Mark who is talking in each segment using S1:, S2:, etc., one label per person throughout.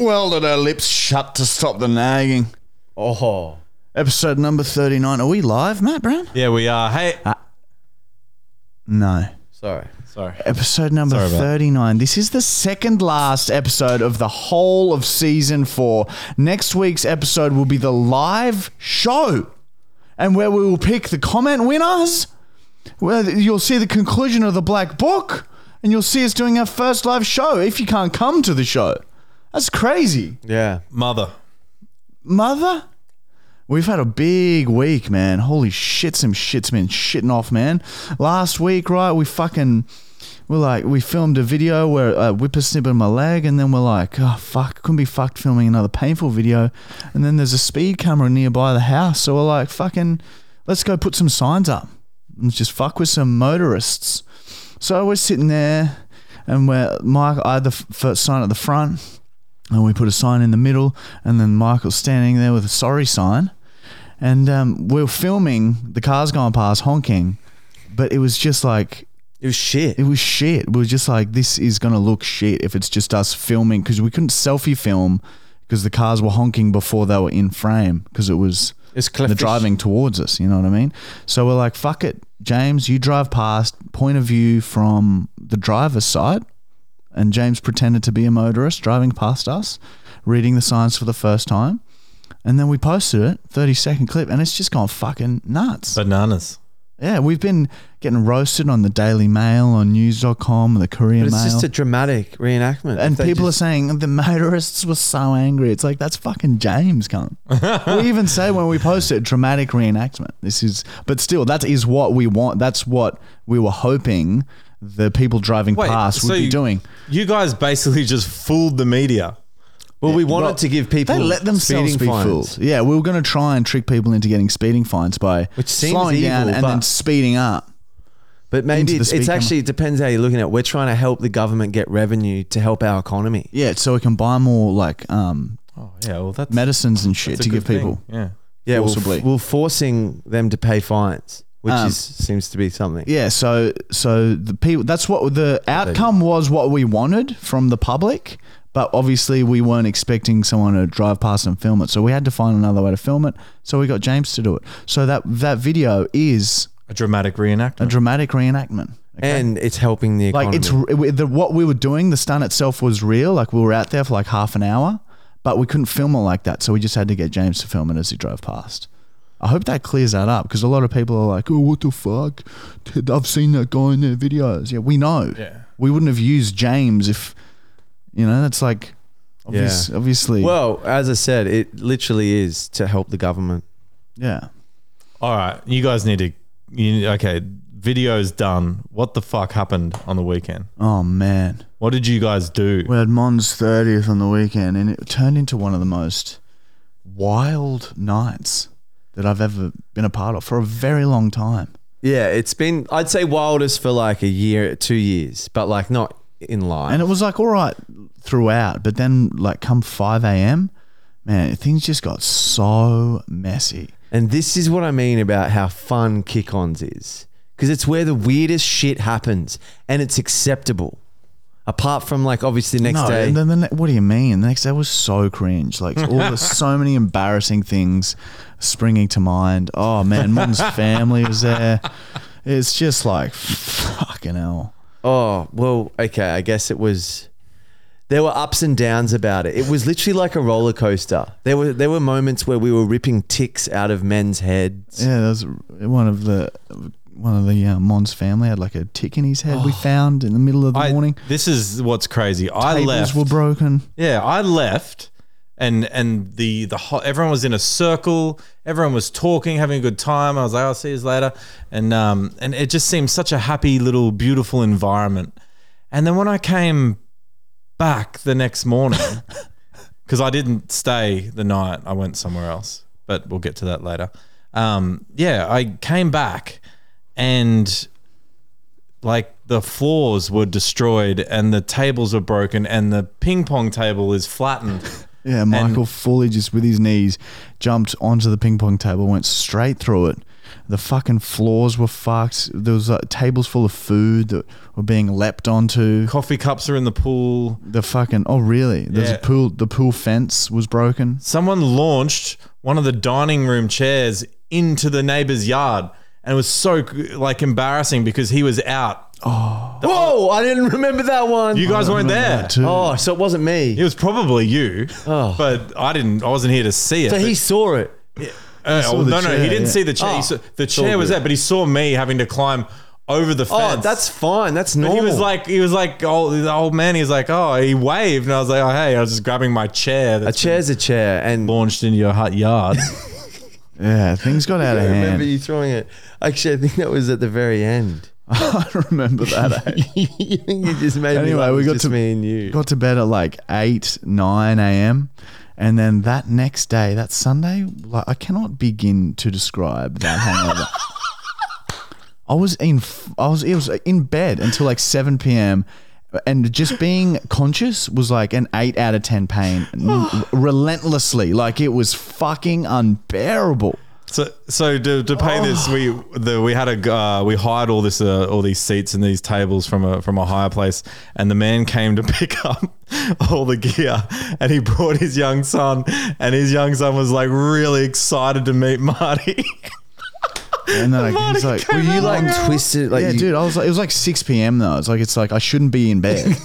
S1: Welded her lips shut to stop the nagging.
S2: Oh.
S1: Episode number 39. Are we live, Matt Brown?
S2: Yeah, we are. Hey.
S1: No.
S2: Sorry. Sorry.
S1: Episode number
S2: Sorry about that.
S1: 39. This is the second last episode of the whole of season four. Next week's episode will be the live show, and where we will pick the comment winners. Well, you'll see the conclusion of the black book, and you'll see us doing our first live show if you can't come to the show. That's crazy.
S2: Yeah. Mother.
S1: Mother? We've had a big week, man. Holy shit, some shit's been shitting off, man. Last week, right, we fucking. We're like, we filmed a video where uh, a whippersnipper my leg, and then we're like, oh, fuck, couldn't be fucked filming another painful video. And then there's a speed camera nearby the house, so we're like, fucking, let's go put some signs up and just fuck with some motorists. So we're sitting there, and we're, Mike, I had the f- first sign at the front, and we put a sign in the middle, and then Michael's standing there with a sorry sign, and um, we we're filming the cars going past honking, but it was just like
S2: It was shit.
S1: it was shit. We were just like, this is gonna look shit if it's just us filming because we couldn't selfie film because the cars were honking before they were in frame because it was
S2: It's
S1: they're
S2: Cliff.
S1: driving towards us. You know what I mean? So we're like, fuck it, James, you drive past, point of view from the driver's side. And James pretended to be a motorist driving past us, reading the signs for the first time. And then we posted it, 30 second clip, and it's just gone fucking nuts.
S2: Bananas.
S1: yeah, we've been getting roasted on the Daily Mail, on news.com, the Korean
S2: But it's
S1: Mail.
S2: just a dramatic reenactment.
S1: and
S2: They
S1: people
S2: just-
S1: are saying the motorists were so angry. It's like that's fucking James, cunt. we even say when we post it, dramatic reenactment. This is, but still, that is what we want. That's what we were hoping the people driving past would
S3: so
S1: be
S3: you-
S1: doing.
S3: You guys basically just fooled the media.
S2: Well, we wanted to give people.
S1: They let themselves
S2: speeding
S1: be
S2: fines.
S1: fooled. Yeah, we were going to try and trick people into getting speeding fines by
S2: Which seems
S1: slowing down
S2: evil,
S1: and then
S2: but-
S1: speeding up.
S2: But maybe
S1: Into the
S2: it's,
S1: speed
S2: it's
S1: camera.
S2: actually it depends how you're looking at. it. We're trying to help the government get revenue to help our economy.
S1: Yeah, so we can buy more like um,
S3: Oh yeah, well that's
S1: medicines and shit
S3: that's a
S1: to give
S3: good
S1: people.
S3: thing. Yeah,
S2: Yeah, we're,
S1: Forcibly.
S2: f- we're forcing them to pay fines, which
S1: Um,
S2: is seems to be something.
S1: Yeah, so so the people that's what the outcome was what we wanted from the public, but obviously we weren't expecting someone to drive past and film it. So we had to find another way to film it. So we got James to do it. So that that video is
S3: a dramatic
S1: a
S3: reenactment.
S1: dramatic reenactment.
S2: and it's helping the
S1: Like
S2: economy.
S1: it's it, the, what we were doing, the stunt itself was real. Like we were out there for like half an hour, but we couldn't film it like that. So we just had to get James to film it as he drove past. I hope that clears that up because a lot of people are like, "Oh, what the fuck? Dude, I've seen that guy in their videos." Yeah, we know.
S3: Yeah.
S1: We wouldn't have used James if, you know, that's like, obvious,
S2: Yeah.
S1: obviously,
S2: well, as I said, it literally is to help the government.
S1: yeah.
S3: All right, you guys need to. You, okay, video's done. What the fuck happened on the weekend?
S1: Oh man,
S3: What did you guys do?
S1: we had Mon's thirtieth on the weekend, and it turned into one of the most wild nights that I've ever been a part of for a very long time.
S2: Yeah, it's been I'd say wildest for like a year, two years, but like not in line.
S1: And it was like all right throughout, but then like come five a.m., man, things just got so messy.
S2: And this is what I mean about how fun kick ons is. Because it's where the weirdest shit happens and it's acceptable. Apart from, like, obviously the next
S1: no,
S2: day.
S1: and then the ne- what do you mean? The next day was so cringe. Like all the so many embarrassing things springing to mind. Oh man, Mom's family was there. It's just like fucking hell.
S2: oh, well, okay. I guess it was. There were ups and downs about it. It was literally like a roller coaster. There were there were moments where we were ripping ticks out of men's heads.
S1: Yeah, that was one of the one of the uh, Mon's family had like a tick in his head. We found in the middle of the
S3: Oh. I,
S1: morning.
S3: This is what's crazy. I
S1: Tables
S3: left.
S1: were broken.
S3: yeah, I left, and and the the ho- everyone was in a circle. Everyone was talking, having a good time. I was like, I'll see you later, and um, and it just seemed such a happy little beautiful environment. And then when I came back the next morning, because I didn't stay the night, I went somewhere else. But we'll get to that later. Um, yeah, I came back and like the floors were destroyed and the tables were broken and the ping pong table is flattened.
S1: Yeah, Michael fully just with his knees jumped onto the ping pong table, went straight through it. The fucking floors were fucked. There was like, tables full of food that were being leapt onto.
S3: Coffee cups are in the pool.
S1: The fucking oh really? There's
S3: Yeah.
S1: a pool. The pool fence was broken.
S3: Someone launched one of the dining room chairs into the neighbor's yard and it was so like embarrassing because he was out.
S2: Whoa! Oh, I didn't remember that one.
S3: You guys weren't there.
S1: That too.
S2: oh, so it wasn't me.
S3: It was probably you, but I didn't. I wasn't here to see it.
S2: Oh. so
S3: but-
S2: he saw it.
S3: Uh,
S1: saw
S3: well,
S1: the
S3: no, no, he
S1: chair,
S3: didn't
S1: yeah.
S3: see the chair. He
S2: Oh,
S3: saw, the
S2: it's all
S3: chair was
S2: good.
S3: there, but he saw me having to climb over the
S2: Oh,
S3: fence.
S2: that's fine. That's
S3: But
S2: normal.
S3: he was like, he was like, old, the old man. He's like, oh, he waved, and I was like, oh, hey, I was just grabbing my chair.
S2: a
S3: That's
S2: chair's a chair, and
S3: been launched into your hut yard.
S1: Yeah, things got out of
S2: I remember
S1: hand.
S2: you throwing it. Actually, I think that was at the very end.
S1: I remember that. eh?
S2: you think you just made me
S1: Anyway,
S2: laugh.
S1: we
S2: It's
S1: got
S2: just
S1: to-
S2: me and you.
S1: Got to bed at like eight, nine a.m. And then that next day, that Sunday, like I cannot begin to describe that hangover. I was in, f- I was, it was in bed until like seven p.m. And just being conscious was like an eight out of ten pain, n- relentlessly. Like it was fucking unbearable.
S3: So, so to, to pay this, we the, we had a g- uh, we hired all this uh, all these seats and these tables from a from a higher place, and the man came to pick up all the gear, and he brought his young son, and his young son was like really excited to meet Marty.
S1: And then I was like,
S2: Were you like twisted? Like
S1: yeah,
S2: you,
S1: dude. I was like, it was like six p.m. though. It's like it's like I shouldn't be in bed.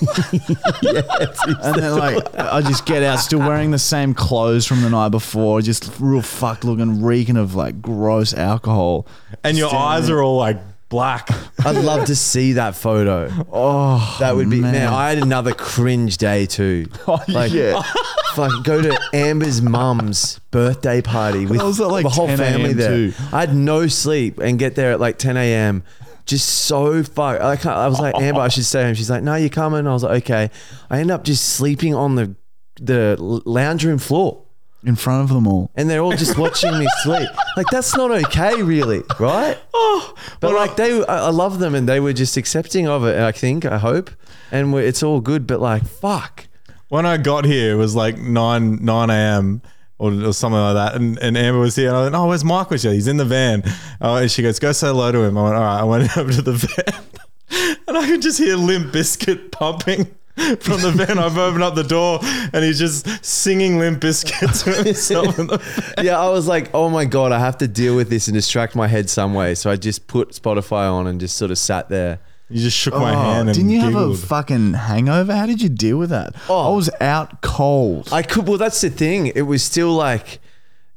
S1: and then like I just get out, still wearing the same clothes from the night before, just real fucked looking, reeking of like gross alcohol.
S3: and your eyes are all like black.
S2: I'd love to see that photo.
S1: Oh,
S2: That would be man.
S1: Man.
S2: I had another cringe day too. Like,
S1: yeah.
S2: Fuck, go to Amber's mum's birthday party with
S1: That was at, like,
S2: the whole
S1: 10
S2: family
S1: a.m.
S2: there.
S1: too.
S2: I had no sleep and get there at like 10 a.m. Just so fuck. I, can't, I was like, Amber, I should stay home. She's like, no, you're coming. I was like, okay. I end up just sleeping on the the lounge room floor.
S1: in front of them all.
S2: and they're all just watching me sleep. Like that's not okay, really, right? Oh, but like they, I I love them, and they were just accepting of it. I think, I hope, and we it's all good. But like, fuck,
S3: When I got here, it was like nine nine a.m. Or, or something like that, and, and Amber was here. And I went, "Oh, where's Michael? She's like, He's in the van." Uh, and she goes, "Go say hello to him." I went, "All right." I went over to the van, and I could just hear Limp Biscuit pumping from the van. I've opened up the door, and he's just singing Limp Biscuit to himself. In the van.
S2: yeah. I was like, oh my god, I have to deal with this and distract my head some way. So I just put Spotify on and just sort of sat there.
S3: You just shook my
S1: Oh,
S3: hand and
S1: didn't you
S3: giggled.
S1: have a fucking hangover? How did you deal with that?
S2: Oh.
S1: I was out cold.
S2: I could. Well, that's the thing. It was still like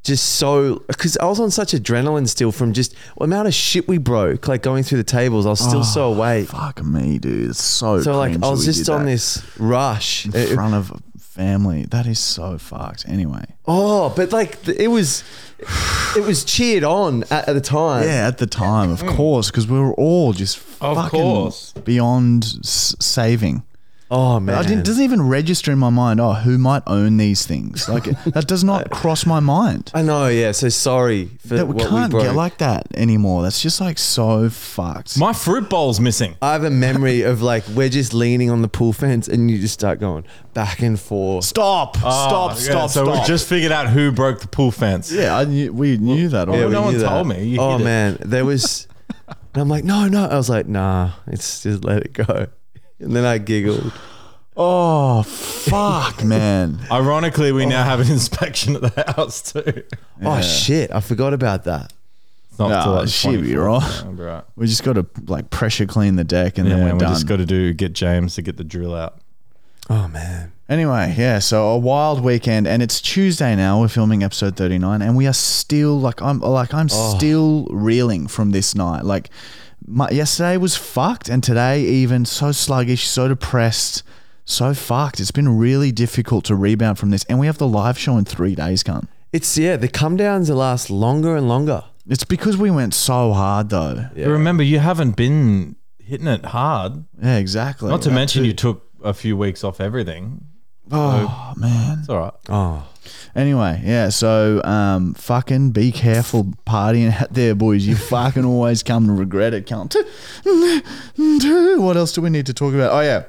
S2: just so because I was on such adrenaline still from just the amount of shit we broke, like going through the tables. I was still so awake.
S1: Fuck me, dude. It's so.
S2: So like
S1: Ah, cringe
S2: I
S1: that
S2: was
S1: we
S2: just
S1: did
S2: on
S1: that
S2: this rush.
S1: in
S2: It- it-
S1: front of family. That is so fucked. Anyway.
S2: oh, but like th- it was, it was cheered on at, at the time.
S1: Yeah, at the time, of course, because we were all just
S3: Of
S1: fucking
S3: course.
S1: beyond s- saving.
S2: Oh man,
S1: I didn't doesn't even register in my mind. Oh, who might own these things? Like that does not cross my mind.
S2: I know. Yeah. So sorry for
S1: That we
S2: what
S1: can't
S2: we broke.
S1: get like that anymore. That's just like so fucked.
S3: my fruit bowl's missing.
S2: I have a memory of like we're just leaning on the pool fence and you just start going back and forth.
S1: stop! stop!
S3: Oh, yeah,
S1: stop!
S3: So
S1: stop!
S3: we just figured out who broke the pool fence.
S1: yeah, I knew, we knew that
S3: Well,
S1: already.
S3: no
S2: we
S3: one
S2: knew
S3: told me. You
S2: oh
S3: hid it.
S2: man, there was, and I'm like, no, no. I was like, nah, it's just let it go. And then I giggled.
S1: oh fuck, man!
S3: Ironically,
S1: Oh.
S3: we now have an inspection at the house too.
S2: Oh shit, I forgot about that.
S3: It's not
S1: Nah,
S3: till like
S1: shit, you're
S3: 24.
S1: right.
S3: Yeah, I'll be right.
S1: We just got to like pressure clean the deck, and
S3: Yeah,
S1: then
S3: we
S1: we're done.
S3: just got to do get James to get the drill out.
S2: Oh man.
S1: Anyway, yeah, so a wild weekend, and it's Tuesday now. We're filming episode thirty nine, and we are still like I'm like I'm
S3: Oh.
S1: still reeling from this night. Like my, yesterday was fucked, and today even so sluggish, so depressed. so fucked. It's been really difficult to rebound from this. And we have the live show in three days, cunt.
S2: It's yeah, the come downs last longer and longer.
S1: It's because we went so hard, though.
S2: Yeah.
S3: Remember, you haven't been hitting it hard.
S1: Yeah, exactly.
S3: Not to mention, you took a few weeks off everything.
S1: Oh, man.
S3: It's all right.
S2: Oh,
S1: Anyway, yeah, so um, fucking be careful partying out there, boys. You fucking always come to regret it, cunt. What else do we need to talk about? Oh, yeah.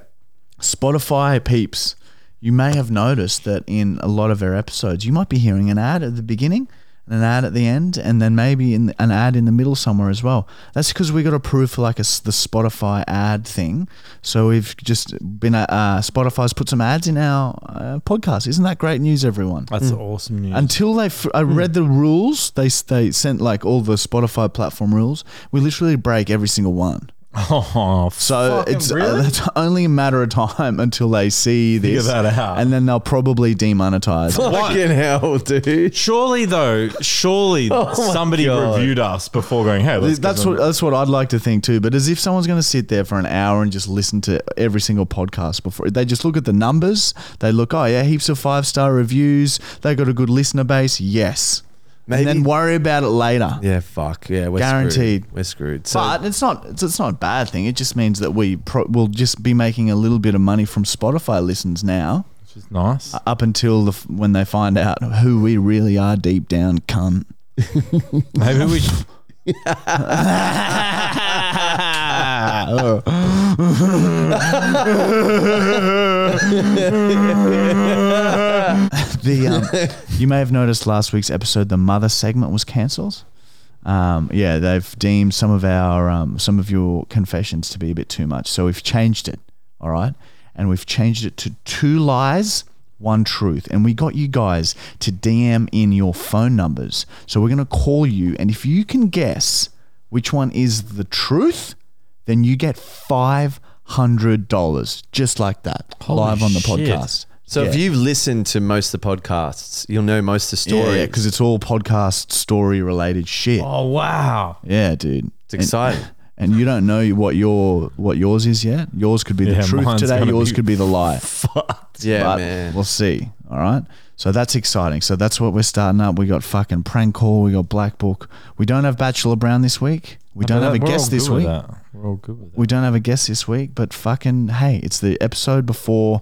S1: Spotify peeps. You may have noticed that in a lot of our episodes, you might be hearing an ad at the beginning and an ad at the end, and then maybe in an ad in the middle somewhere as well. That's because we got approved for like a s the Spotify ad thing. So we've just been, uh, uh, Spotify's put some ads in our uh, podcast. Isn't that great news, everyone?
S3: That's awesome news.
S1: Until they, f- I
S3: Mm.
S1: read the rules. They s- they sent like all the Spotify platform rules. We literally break every single one.
S3: oh,
S1: So
S3: fucking
S1: it's
S3: really?
S1: uh, it's only a matter of time until they see this,
S3: that out.
S1: and then they'll probably demonetize.
S2: fucking hell, dude!
S3: surely though, surely
S1: Oh
S3: somebody
S2: God.
S3: reviewed us before going, "Hey, let's
S1: That's
S3: give
S1: what
S3: them-
S1: that's what I'd like to think too. But as if someone's going to sit there for an hour and just listen to every single podcast before they just look at the numbers. They look, oh yeah, heaps of five star reviews. They got a good listener base. Yes,
S2: Maybe.
S1: and then worry about it later.
S2: Yeah, fuck. Yeah, we're
S1: Guaranteed.
S2: Screwed. We're screwed. So
S1: But it's not it's, it's not a bad thing. It just means that we pro- will just be making a little bit of money from Spotify listens now,
S3: which is nice.
S1: up until the, f- when they find out who we really are deep down. Cunt.
S3: Maybe we should,
S1: The um, you may have noticed last week's episode, the mother segment was cancelled. Um, yeah, they've deemed some of our um, some of your confessions to be a bit too much, so we've changed it. All right, and we've changed it to two lies, one truth, and we got you guys to DM in your phone numbers. So we're gonna call you, and if you can guess which one is the truth, then you get five hundred dollars, just like that, live on the
S3: shit.
S1: podcast.
S2: So
S1: Yeah.
S2: if you've listened to most of the podcasts, you'll know most of the
S1: Yeah,
S2: story.
S1: yeah, because it's all podcast story related shit.
S3: oh wow,
S1: Yeah, dude.
S2: it's exciting.
S1: And you don't know what your what yours is yet. Yours could be
S3: Yeah,
S1: the truth
S3: mine's
S1: today.
S3: gonna
S1: Yours
S3: be
S1: could be the lie.
S2: yeah,
S1: but
S2: man.
S1: we'll see. All right. So that's exciting. So that's what we're starting up. We got fucking prank call. We got black book. We don't have Bachelor Brown this week. We don't have a
S3: We're all
S1: guest
S3: good
S1: this
S3: with
S1: week.
S3: that. We're all good with that.
S1: We don't have a guest this week. But fucking hey, it's the episode before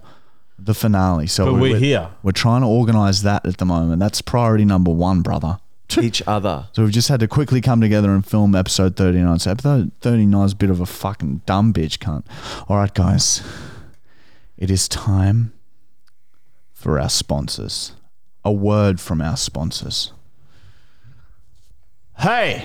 S1: the finale. So
S3: But
S1: we-
S3: we're
S1: we're-
S3: here.
S1: We're trying to organize that at the moment. That's priority number one, brother.
S2: Each other.
S1: So we've just had to quickly come together and film episode 39. So episode 39 is a bit of a fucking dumb bitch cunt. All right, guys. It is time for our sponsors. A word from our sponsors. Hey!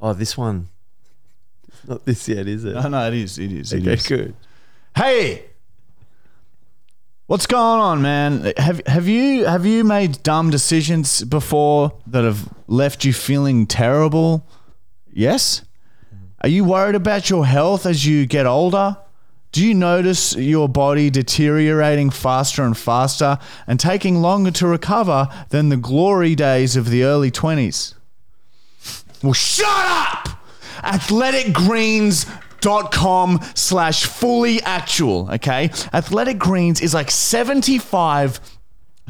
S2: Oh, this one. It's not this yet, is it?
S1: no, it is. It is.
S2: okay, good.
S1: Hey! What's going on, man? Have have you have you made dumb decisions before that have left you feeling terrible? Yes? Are you worried about your health as you get older? Do you notice your body deteriorating faster and faster and taking longer to recover than the glory days of the early 20s? Well, shut up! athleticgreens.com slash fully actual, okay? Athletic Greens is like 75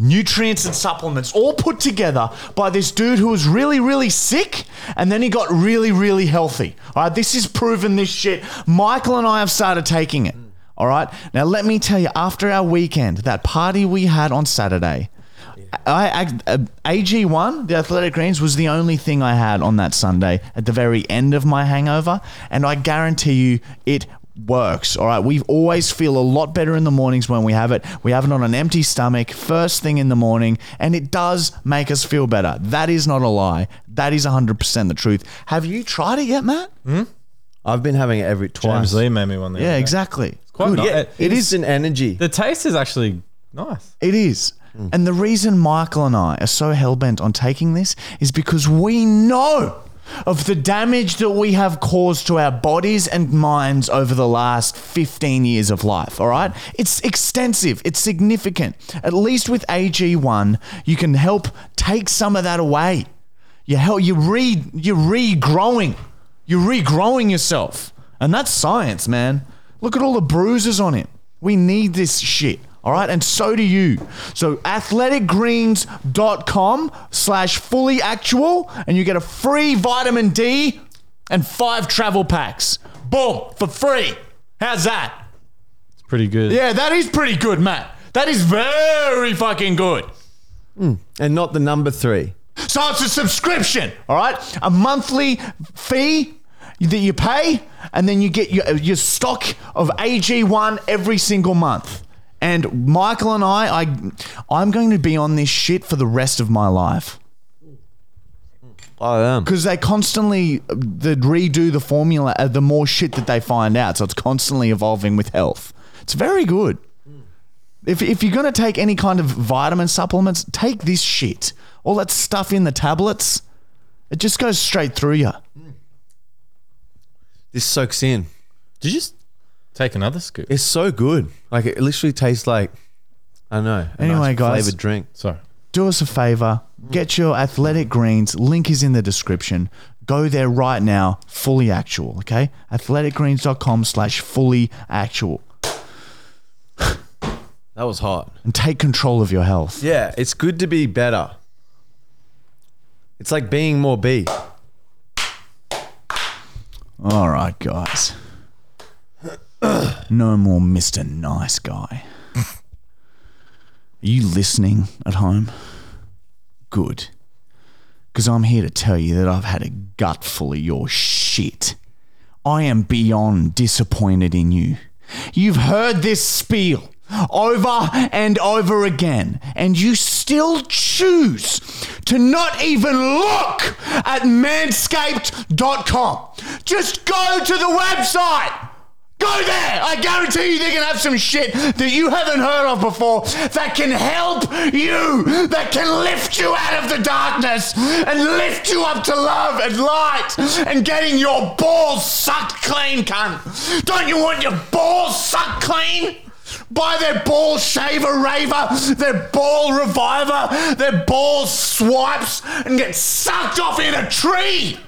S1: nutrients and supplements all put together by this dude who was really, really sick and then he got really, really healthy. All right, this is proven this shit. Michael and I have started taking it. All right, now let me tell you, after our weekend, that party we had on Saturday, I, I uh, AG1, the Athletic Greens, was the only thing I had on that Sunday at the very end of my hangover, and I guarantee you it works. All right, we always feel a lot better in the mornings when we have it. We have it on an empty stomach first thing in the morning, and it does make us feel better. That is not a lie. That is 100% the truth. Have you tried it yet, Matt?
S2: I've been having it every twice.
S3: James Lee made me one. The
S1: Yeah,
S3: other day.
S1: exactly.
S3: Quite
S1: Good.
S3: nice.
S2: Yeah,
S3: It
S2: it
S3: is-
S2: is an energy.
S3: The taste is actually nice.
S1: It is. And the reason Michael and I are so hell bent on taking this is because we know of the damage that we have caused to our bodies and minds over the last 15 years of life, all right? It's extensive, it's significant. At least with AG1, you can help take some of that away. You help you re you're regrowing. You're regrowing yourself. And that's science, man. Look at all the bruises on him. We need this shit. All right, and so do you. So athleticgreens.com slash fully actual, and you get a free vitamin D and five travel packs. Boom, for free. How's that?
S3: It's pretty good.
S1: Yeah, that is pretty good, Matt. That is very fucking good.
S2: and not the number three.
S1: So it's a subscription, all right? A monthly fee that you pay, and then you get your, your stock of AG1 every single month. And Michael and I, I, I'm going to be on this shit for the rest of my life
S2: I am.
S1: because they constantly uh, they redo the formula. Uh, the more shit that they find out, so it's constantly evolving with health. It's very good. If, if you're going to take any kind of vitamin supplements, take this shit. All that stuff in the tablets, it just goes straight through you.
S2: This soaks in.
S3: Did you just take another scoop?
S2: It's so good. Like it literally tastes like I don't know. a
S1: Anyway,
S2: nice
S1: guys.
S2: flavored drink.
S3: Sorry.
S1: do us a favor get your athletic greens link is in the description go there right now fully actual okay athleticgreens.com slash fully actual
S2: That was hot.
S1: and take control of your health
S2: Yeah, it's good to be better. It's like being more B.
S1: all right guys no more mr nice guy are you listening at home good because i'm here to tell you that i've had a gutful of your shit I am beyond disappointed in you. You've heard this spiel over and over again, and you still choose to not even look at manscaped.com. Just go to the website. Go there! I guarantee you they're gonna have some shit that you haven't heard of before that can help you, that can lift you out of the darkness and lift you up to love and light and getting your balls sucked clean, cunt. Don't you want your balls sucked clean? By their ball shaver raver, their ball reviver, their ball swipes, and get sucked off in a tree!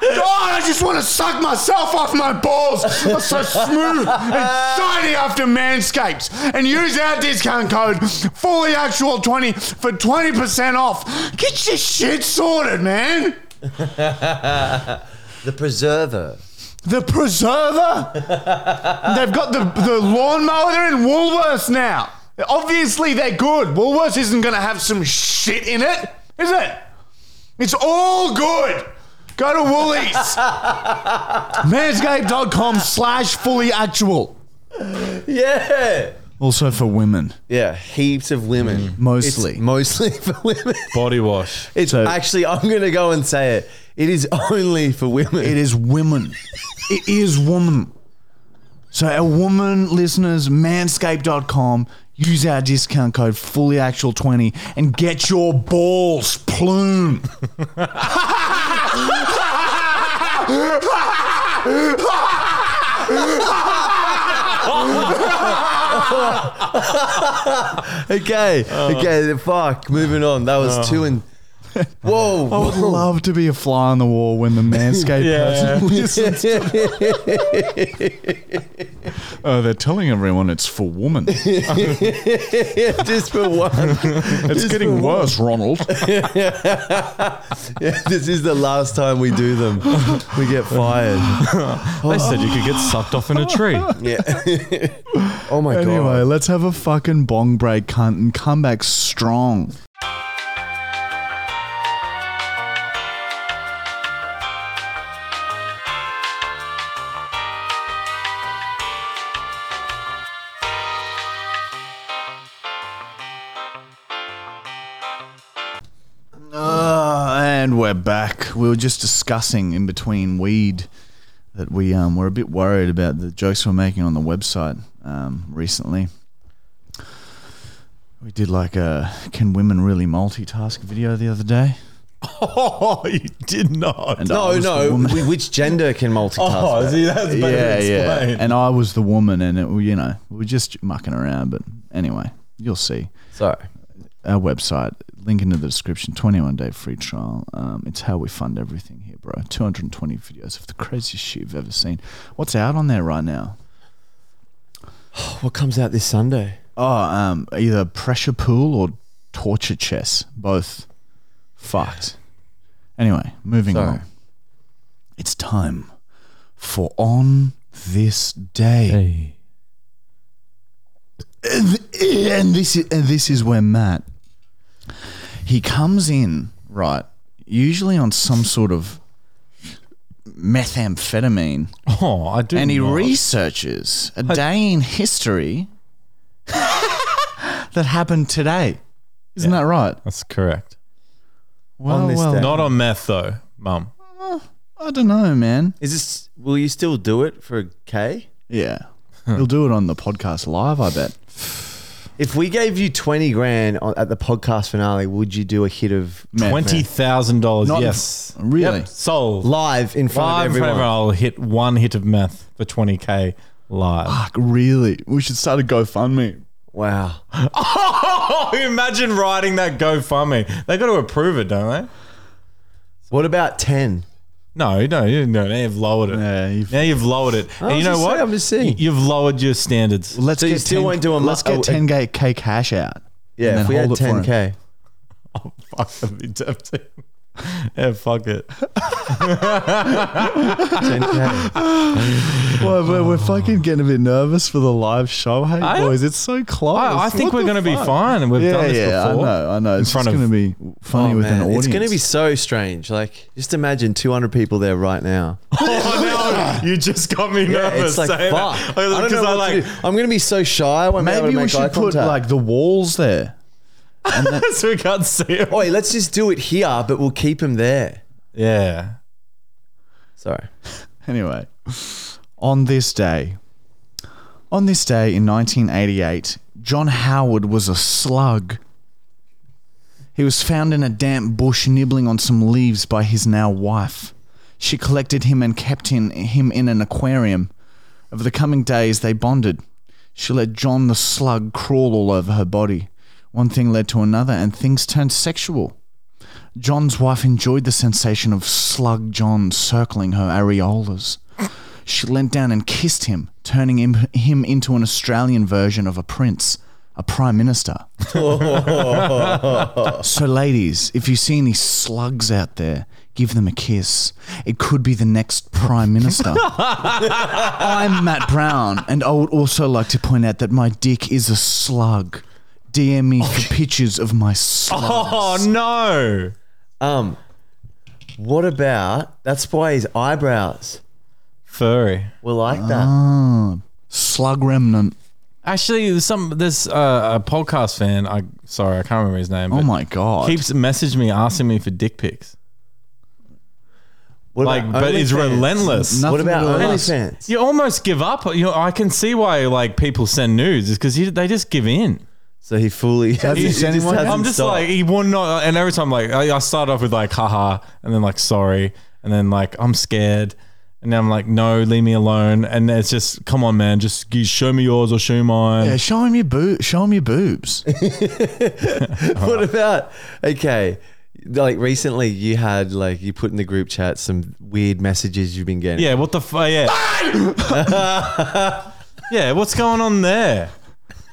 S1: God, I just want to suck myself off my balls. I'm so smooth and shiny after Manscapes. And use our discount code FullyActual20 for 20% off. Get your shit sorted, man.
S2: The preserver.
S1: The preserver? They've got the, the lawnmower. They're in Woolworths now. Obviously, they're good. Woolworths isn't going to have some shit in it, is it? It's all good. Go to Woolies. Manscaped.com slash fully actual.
S2: Yeah.
S1: Also for women.
S2: Yeah, heaps of women.
S1: Mostly.
S2: It's mostly for women.
S3: Body wash.
S2: It's actually I'm gonna go and say it. It is only for women.
S1: It is women. it is woman. So our woman listeners, manscaped.com, use our discount code fullyactual20 and get your balls plume.
S2: Okay. okay. Fuck. Moving on. That was two and. Whoa.
S1: I would love to be a fly on the wall when the manscaped
S3: Yeah.
S1: person listens. oh, they're telling everyone it's for women.
S2: Just for one.
S1: It's getting worse, Ronald.
S2: Yeah, this is the last time we do them. We get fired.
S3: They said you could get sucked off in a tree.
S2: Yeah. oh my
S1: Anyway,
S2: god.
S1: let's have a fucking bong break, cunt, and come back strong. Uh, and we're we're back. We were just discussing in between weed that we um, were a bit worried about the jokes we we're making on the website um, recently. We did like a "Can women really multitask?" video the other day.
S3: Oh, you did not.
S1: And I
S2: No,
S1: was the
S2: no.
S1: woman.
S2: wh- Which gender can multitask?
S3: Oh, see, that's better
S1: yeah, yeah.
S3: explained.
S1: And I was the woman, and it, you know, we were just mucking around. But anyway, you'll see.
S2: Sorry.
S1: our website. Link into the description. Twenty-one day free trial. Um, it's how we fund everything here, bro. Two hundred and twenty videos of the craziest shit you've ever seen. What's out on there right now?
S2: Oh, What comes out this Sunday?
S1: Oh, um, either pressure pool or torture chess. Both fucked. Anyway, moving
S2: Sorry.
S1: on. It's time for on this day.
S3: Hey.
S1: and and this is and this is where Matt he comes in right usually on some sort of methamphetamine
S3: Oh, I do.
S1: and he
S3: not.
S1: researches a day in history that happened today isn't that right
S3: That's correct.
S1: well,
S2: this
S1: well,
S2: day.
S3: Not on meth though, mum.
S1: I don't know man
S2: Is this? Will you still do it for K?
S1: yeah he'll do it on the podcast live I bet
S2: If we gave you twenty grand on, at the podcast finale, would you do a hit of
S1: Meth,
S3: Twenty thousand dollars.
S1: Not-
S3: Yes.
S1: Really?
S3: Yep. Sold.
S2: live in front
S3: Live
S2: of
S3: in
S2: everyone?
S3: front of everyone. I'll hit one hit of meth for twenty k live.
S1: fuck really we should start a GoFundMe
S2: Wow.
S3: Oh, imagine writing that GoFundMe. They got to approve it, don't they?
S2: What about ten?
S3: No, no, you- no. Now you've lowered it.
S1: Yeah, you've-
S3: now you've lowered it.
S2: I
S3: and you
S2: was
S3: know
S2: just
S3: what?
S2: saying, I'm just seeing.
S3: Y- You've lowered your standards.
S1: let's
S2: So you
S1: get
S2: still
S1: 10
S2: won't do a mu-
S1: let's
S2: oh,
S1: get
S2: a-
S1: 10k cash out and
S2: Yeah,
S1: then
S2: if we
S1: hold
S2: had
S1: it for him.
S2: ten K.
S3: Oh, fuck, that'd be tempting. yeah, fuck it.
S2: Ten K.
S1: Well, we're, we're fucking getting a bit nervous for the live show. Hey,
S3: I-
S1: boys, it's so close.
S3: I, I think
S1: What
S3: we're
S1: the
S3: going to be
S1: fuck?
S3: fine, and we've
S1: Yeah,
S3: done this
S1: yeah,
S3: before.
S1: I know, I know. It's
S3: front
S1: just
S3: of-
S1: going to be funny with an audience.
S2: Oh, It's gonna be so strange. Like just imagine two hundred people there right now.
S3: Oh no! You just got me
S2: Yeah,
S3: nervous.
S2: it's like fuck.
S3: saying that.
S2: I
S3: I,
S2: don't know
S3: I
S2: what to
S3: like
S2: do. I'm gonna be so shy. I won't be able
S1: Maybe
S2: to
S1: we
S2: make eye
S1: should put
S2: contact.
S1: like the walls there.
S3: so we can't see it.
S2: Oi, let's just do it here, but we'll keep him there.
S3: Yeah.
S2: Sorry.
S1: Anyway, on this day, on this day in 1988, John Howard was a slug. He was found in a damp bush nibbling on some leaves by his now wife. She collected him and kept in, him in an aquarium. Over the coming days, they bonded. She let John the slug crawl all over her body. One thing led to another, and things turned sexual. John's wife enjoyed the sensation of Slug John circling her areolas. She leant down and kissed him, turning him, him into an Australian version of a prince, a prime minister. so, ladies, if you see any slugs out there, give them a kiss. It could be the next prime minister. I'm Matt Brown, and I would also like to point out that my dick is a slug. DM me for pictures of my slugs.
S3: Oh no!
S2: Um, what about that's why his eyebrows
S3: Furry.
S2: were like
S1: Ah.
S2: that.
S1: Slug remnant.
S3: Actually, there's some this uh, a podcast fan. I sorry, I can't remember his name.
S1: Oh
S3: but
S1: my god.
S3: Keeps messaging me asking me for dick pics.
S2: What
S3: Like,
S2: about
S3: but it's
S2: OnlyFans?
S3: relentless.
S1: No-
S2: What about
S1: Nothing to do with
S2: OnlyFans?
S3: You almost give up. You know, I can see why like people send nudes is because they just give in.
S2: So he fully.
S1: Doesn't
S2: he
S1: send anyone?
S2: hasn't
S3: I'm just
S2: stopped.
S3: like he will not. And every time, like I, I start off with like haha, and then like sorry, and then like I'm scared, and then I'm like no, leave me alone. And it's just come on, man, just g- show me yours or show mine.
S1: yeah, show him your boo- show him your boobs.
S2: What about okay? Like recently, you had like you put in the group chat some weird messages you've been getting.
S3: Yeah, what the fuck? Yeah. yeah, what's going on there?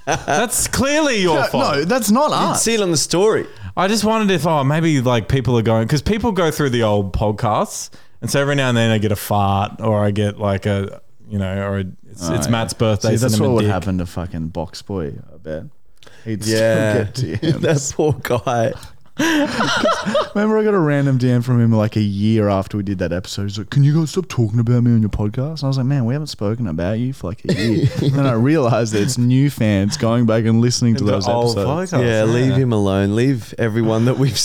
S3: That's clearly your fault.
S1: no, that's not
S2: You'd
S1: us.
S2: see it on the story.
S3: I just wondered if, oh, maybe like people are going, because people go through the old podcasts. And so every now and then I get a fart or I get like a, you know, or a, it's, it's Matt's birthday.
S1: Oh, See, that's
S3: send him
S1: what would
S3: a dick.
S1: happen to fucking Box Boy, I bet. He'd
S2: Yeah,
S1: still get DMs.
S2: that poor guy.
S1: Remember, I got a random DM from him like a year after we did that episode. He's like, "Can you guys stop talking about me on your podcast?" And I was like, "Man, we haven't spoken about you for like a year." and then I realized that it's new fans going back and listening to
S3: The
S1: those
S3: old
S1: episodes.
S3: podcast,
S2: yeah, leave him alone. Leave everyone that we've
S1: Yeah,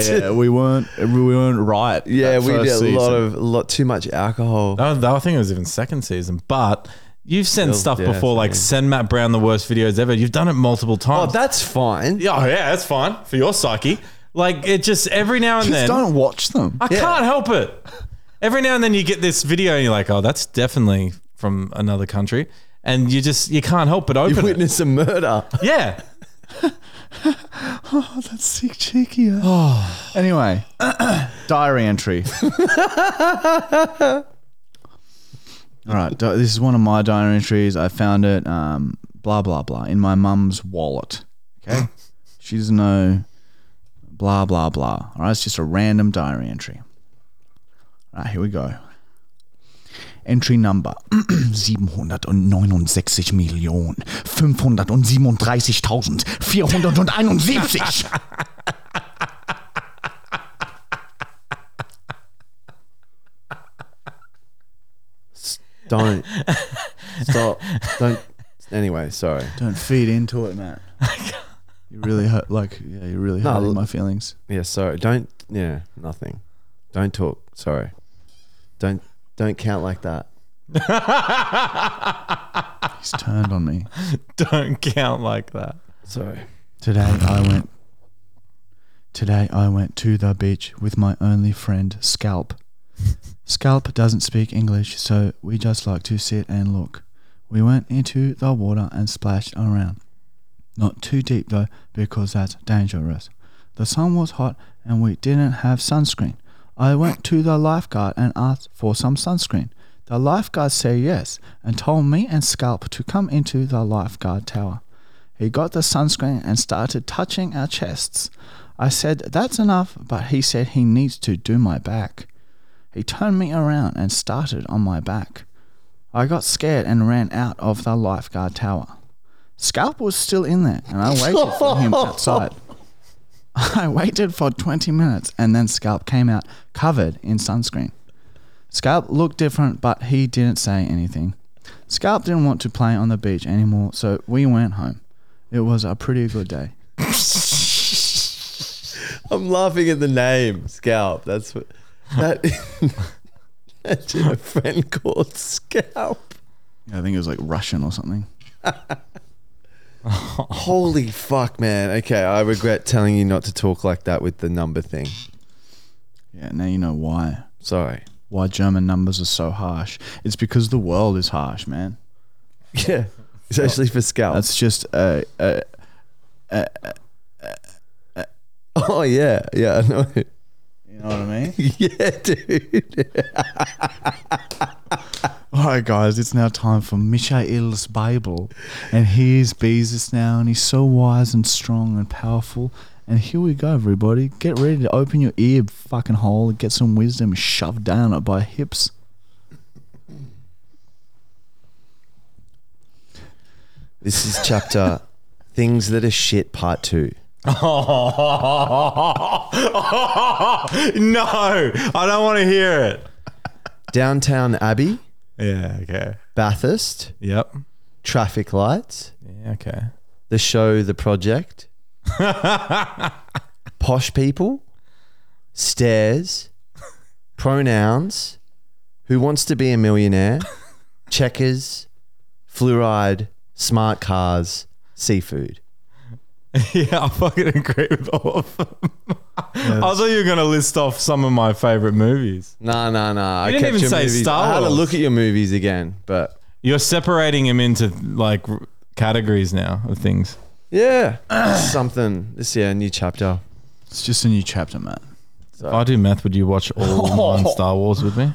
S2: said.
S1: yeah, we weren't we weren't right.
S2: Yeah,
S1: that
S2: we
S1: first
S2: did a lot
S1: season.
S2: of lot too much alcohol.
S3: That, that- I think it was even second season, but. You've sent
S2: Still,
S3: stuff
S2: yeah,
S3: before, like
S2: same.
S3: send Matt Brown the worst videos ever. You've done it multiple
S2: Oh,
S3: times.
S2: that's fine.
S3: yeah, oh, yeah, that's fine for your psyche. Like it just every now and
S1: Just
S3: then.
S1: don't watch them.
S3: I can't help it. Every now and then you get this video and you're like, oh, that's definitely from another country, and you just you can't help but
S2: You
S3: open it.
S2: witness a murder.
S3: Yeah,
S1: That's sick cheeky. Oh. Anyway, diary entry. All right, di- this is one of my diary entries. I found it, um, blah, blah, blah, in my mum's wallet. Okay? she doesn't know, blah, blah, blah. All right, it's just a random diary entry. All right, here we go. Entry number 769 Millionen 537.471.
S2: Don't stop. Don't. Anyway, sorry.
S1: Don't feed into it, Matt. you really hurt. Like, yeah, you really
S2: No,
S1: hurt
S2: l-
S1: my feelings.
S2: Yeah, sorry. Don't. Yeah, nothing. Don't talk. Sorry. Don't. Don't count like that.
S1: He's turned on me
S3: don't count like that.
S2: Sorry.
S1: today. I went. Today I went to the beach with my only friend Scalp. Scalp doesn't speak English, so we just like to sit and look. We went into the water and splashed around. Not too deep though, because that's dangerous. The sun was hot and we didn't have sunscreen. I went to the lifeguard and asked for some sunscreen. The lifeguard said yes and told me and Scalp to come into the lifeguard tower. He got the sunscreen and started touching our chests. I said, That's enough, but he said he needs to do my back. He turned me around and started on my back. I got scared and ran out of the lifeguard tower. Scalp was still in there, and I waited for him outside. I waited for 20 minutes, and then Scalp came out covered in sunscreen. Scalp looked different, but he didn't say anything. Scalp didn't want to play on the beach anymore, so we went home. It was a pretty good day.
S2: I'm laughing at the name scalp. That's what that. Imagine a friend called scalp.
S1: I think it was like Russian or something.
S2: Holy fuck, man. Okay, I regret telling you not to talk like that with the number thing.
S1: Yeah, now you know why.
S2: Sorry.
S1: Why German numbers are so harsh. It's because the world is harsh, man.
S2: Yeah, especially for scalp.
S1: That's just a, a
S2: oh yeah, yeah. I know.
S1: you know what I mean?
S2: Yeah, dude.
S1: All right, guys, it's now time for Mishael's Bible. And here's Beezus now, and he's so wise and strong and powerful. And here we go, everybody. Get ready to open your ear fucking hole and get some wisdom shoved down it by hips.
S2: This is chapter things that are shit part two.
S3: no, I don't want to hear it.
S2: Downtown Abbey,
S3: Yeah. Okay.
S2: Bathurst,
S3: Yep.
S2: traffic lights,
S3: Yeah. Okay.
S2: the show, the project, posh people, stairs, pronouns, who wants to be a millionaire, checkers, fluoride, smart cars, seafood.
S3: Yeah, I fucking agree with all of them. I thought you were gonna list off some of my favorite movies.
S2: Nah, nah, nah.
S3: You didn't even say
S2: movies.
S3: Star
S2: I had a
S3: Wars.
S2: look at your movies again, but
S3: You're separating him into like r- categories now of things.
S2: yeah, something. This yeah, new chapter.
S1: It's just a new chapter, Matt.
S3: If I do math, would you watch all nine Star Wars with me?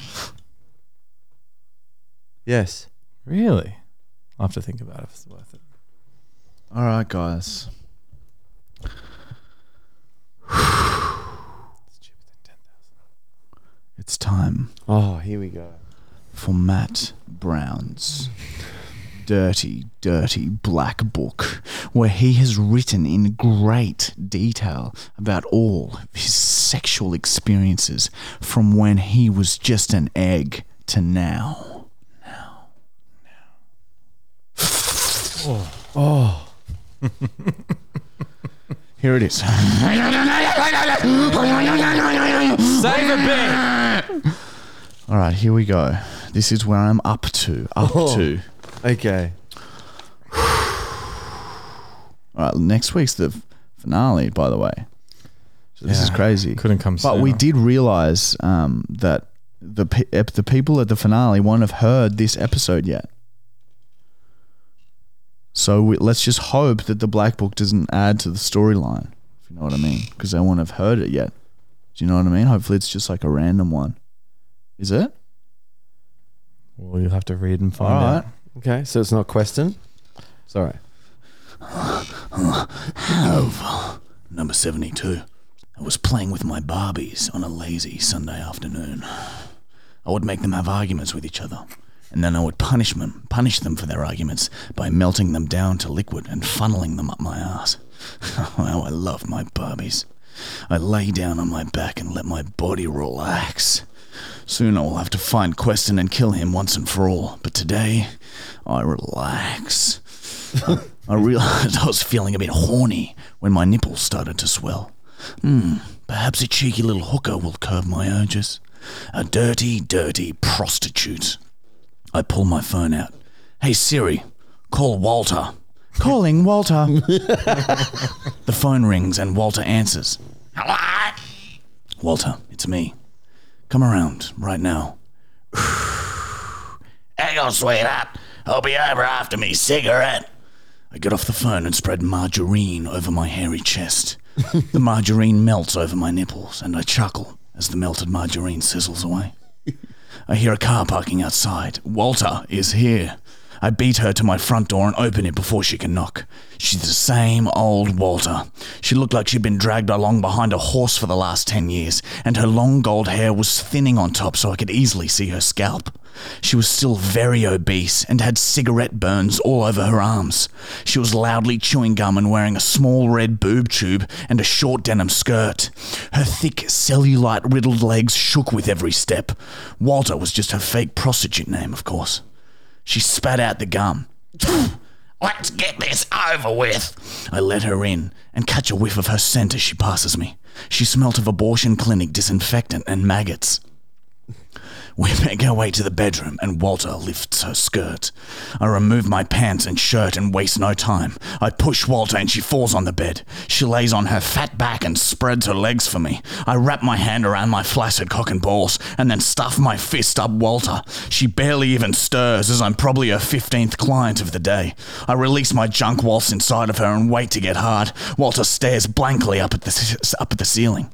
S2: Yes.
S3: Really? I'll have to think about it if it's worth it.
S1: All right, guys. It's time
S2: Oh, here we go.
S1: for Matt Brown's dirty, dirty black book where he has written in great detail about all of his sexual experiences from when he was just an egg to now. Oh. Here it is.
S3: Save a bit.
S1: All right, here we go. This is where I'm up to. Up
S2: Oh.
S1: to.
S2: Okay.
S1: All right, next week's the f- finale, by the way. So this is
S3: Yeah,
S1: crazy.
S3: couldn't come
S1: But we
S3: sooner.
S1: did realize um, that the pe- ep- the people at the finale won't have heard this episode yet. So we, let's just hope that the black book doesn't add to the storyline, if you know what I mean, because they won't have heard it yet. Do you know what I mean? Hopefully, it's just like a random one. Is it?
S3: Well, you'll have to read and
S1: All
S3: find
S1: right.
S3: out.
S2: Okay. So it's not Queston. Sorry.
S1: Number 72. I was playing with my Barbies on a lazy Sunday afternoon. I would make them have arguments with each other, and then I would punish them, punish them for their arguments by melting them down to liquid and funneling them up my ass. How I love my Barbies. I lay down on my back and let my body relax. Soon I will have to find Queston and kill him once and for all, but today I relax. I realized I was feeling a bit horny when my nipples started to swell. Hmm, perhaps a cheeky little hooker will curb my urges. A dirty, dirty prostitute. I pull my phone out. Hey Siri, call Walter. Calling Walter. the phone rings and Walter answers. Hello? Walter, it's me. Come around right now. Hang on, sweetheart. I'll be over after me cigarette. I get off the phone and spread margarine over my hairy chest. the margarine melts over my nipples, and I chuckle as the melted margarine sizzles away. I hear a car parking outside. Walter is here. I beat her to my front door and open it before she can knock. She's the same old Walter. She looked like she'd been dragged along behind a horse for the last 10 years, and her long gold hair was thinning on top so I could easily see her scalp. She was still very obese and had cigarette burns all over her arms. She was loudly chewing gum and wearing a small red boob tube and a short denim skirt. Her thick, cellulite riddled legs shook with every step. Walter was just her fake prostitute name, of course. She spat out the gum. Let's get this over with. I let her in and catch a whiff of her scent as she passes me. She smelt of abortion clinic disinfectant and maggots. We make our way to the bedroom, and Walter lifts her skirt. I remove my pants and shirt and waste no time. I push Walter, and she falls on the bed. She lays on her fat back and spreads her legs for me. I wrap my hand around my flaccid cock and balls, and then stuff my fist up Walter. She barely even stirs, as I'm probably her 15th client of the day. I release my junk whilst inside of her and wait to get hard. Walter stares blankly up at the, up at the ceiling.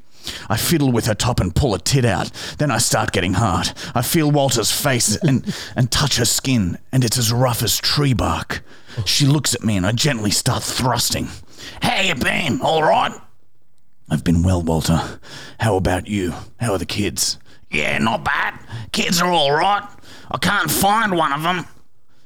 S1: I fiddle with her top and pull a tit out. Then I start getting hard. I feel Walter's face and, and touch her skin, and it's as rough as tree bark. She looks at me and I gently start thrusting. How you been? All right? I've been well, Walter. How about you? How are the kids? Yeah, not bad. Kids are all right. I can't find one of them.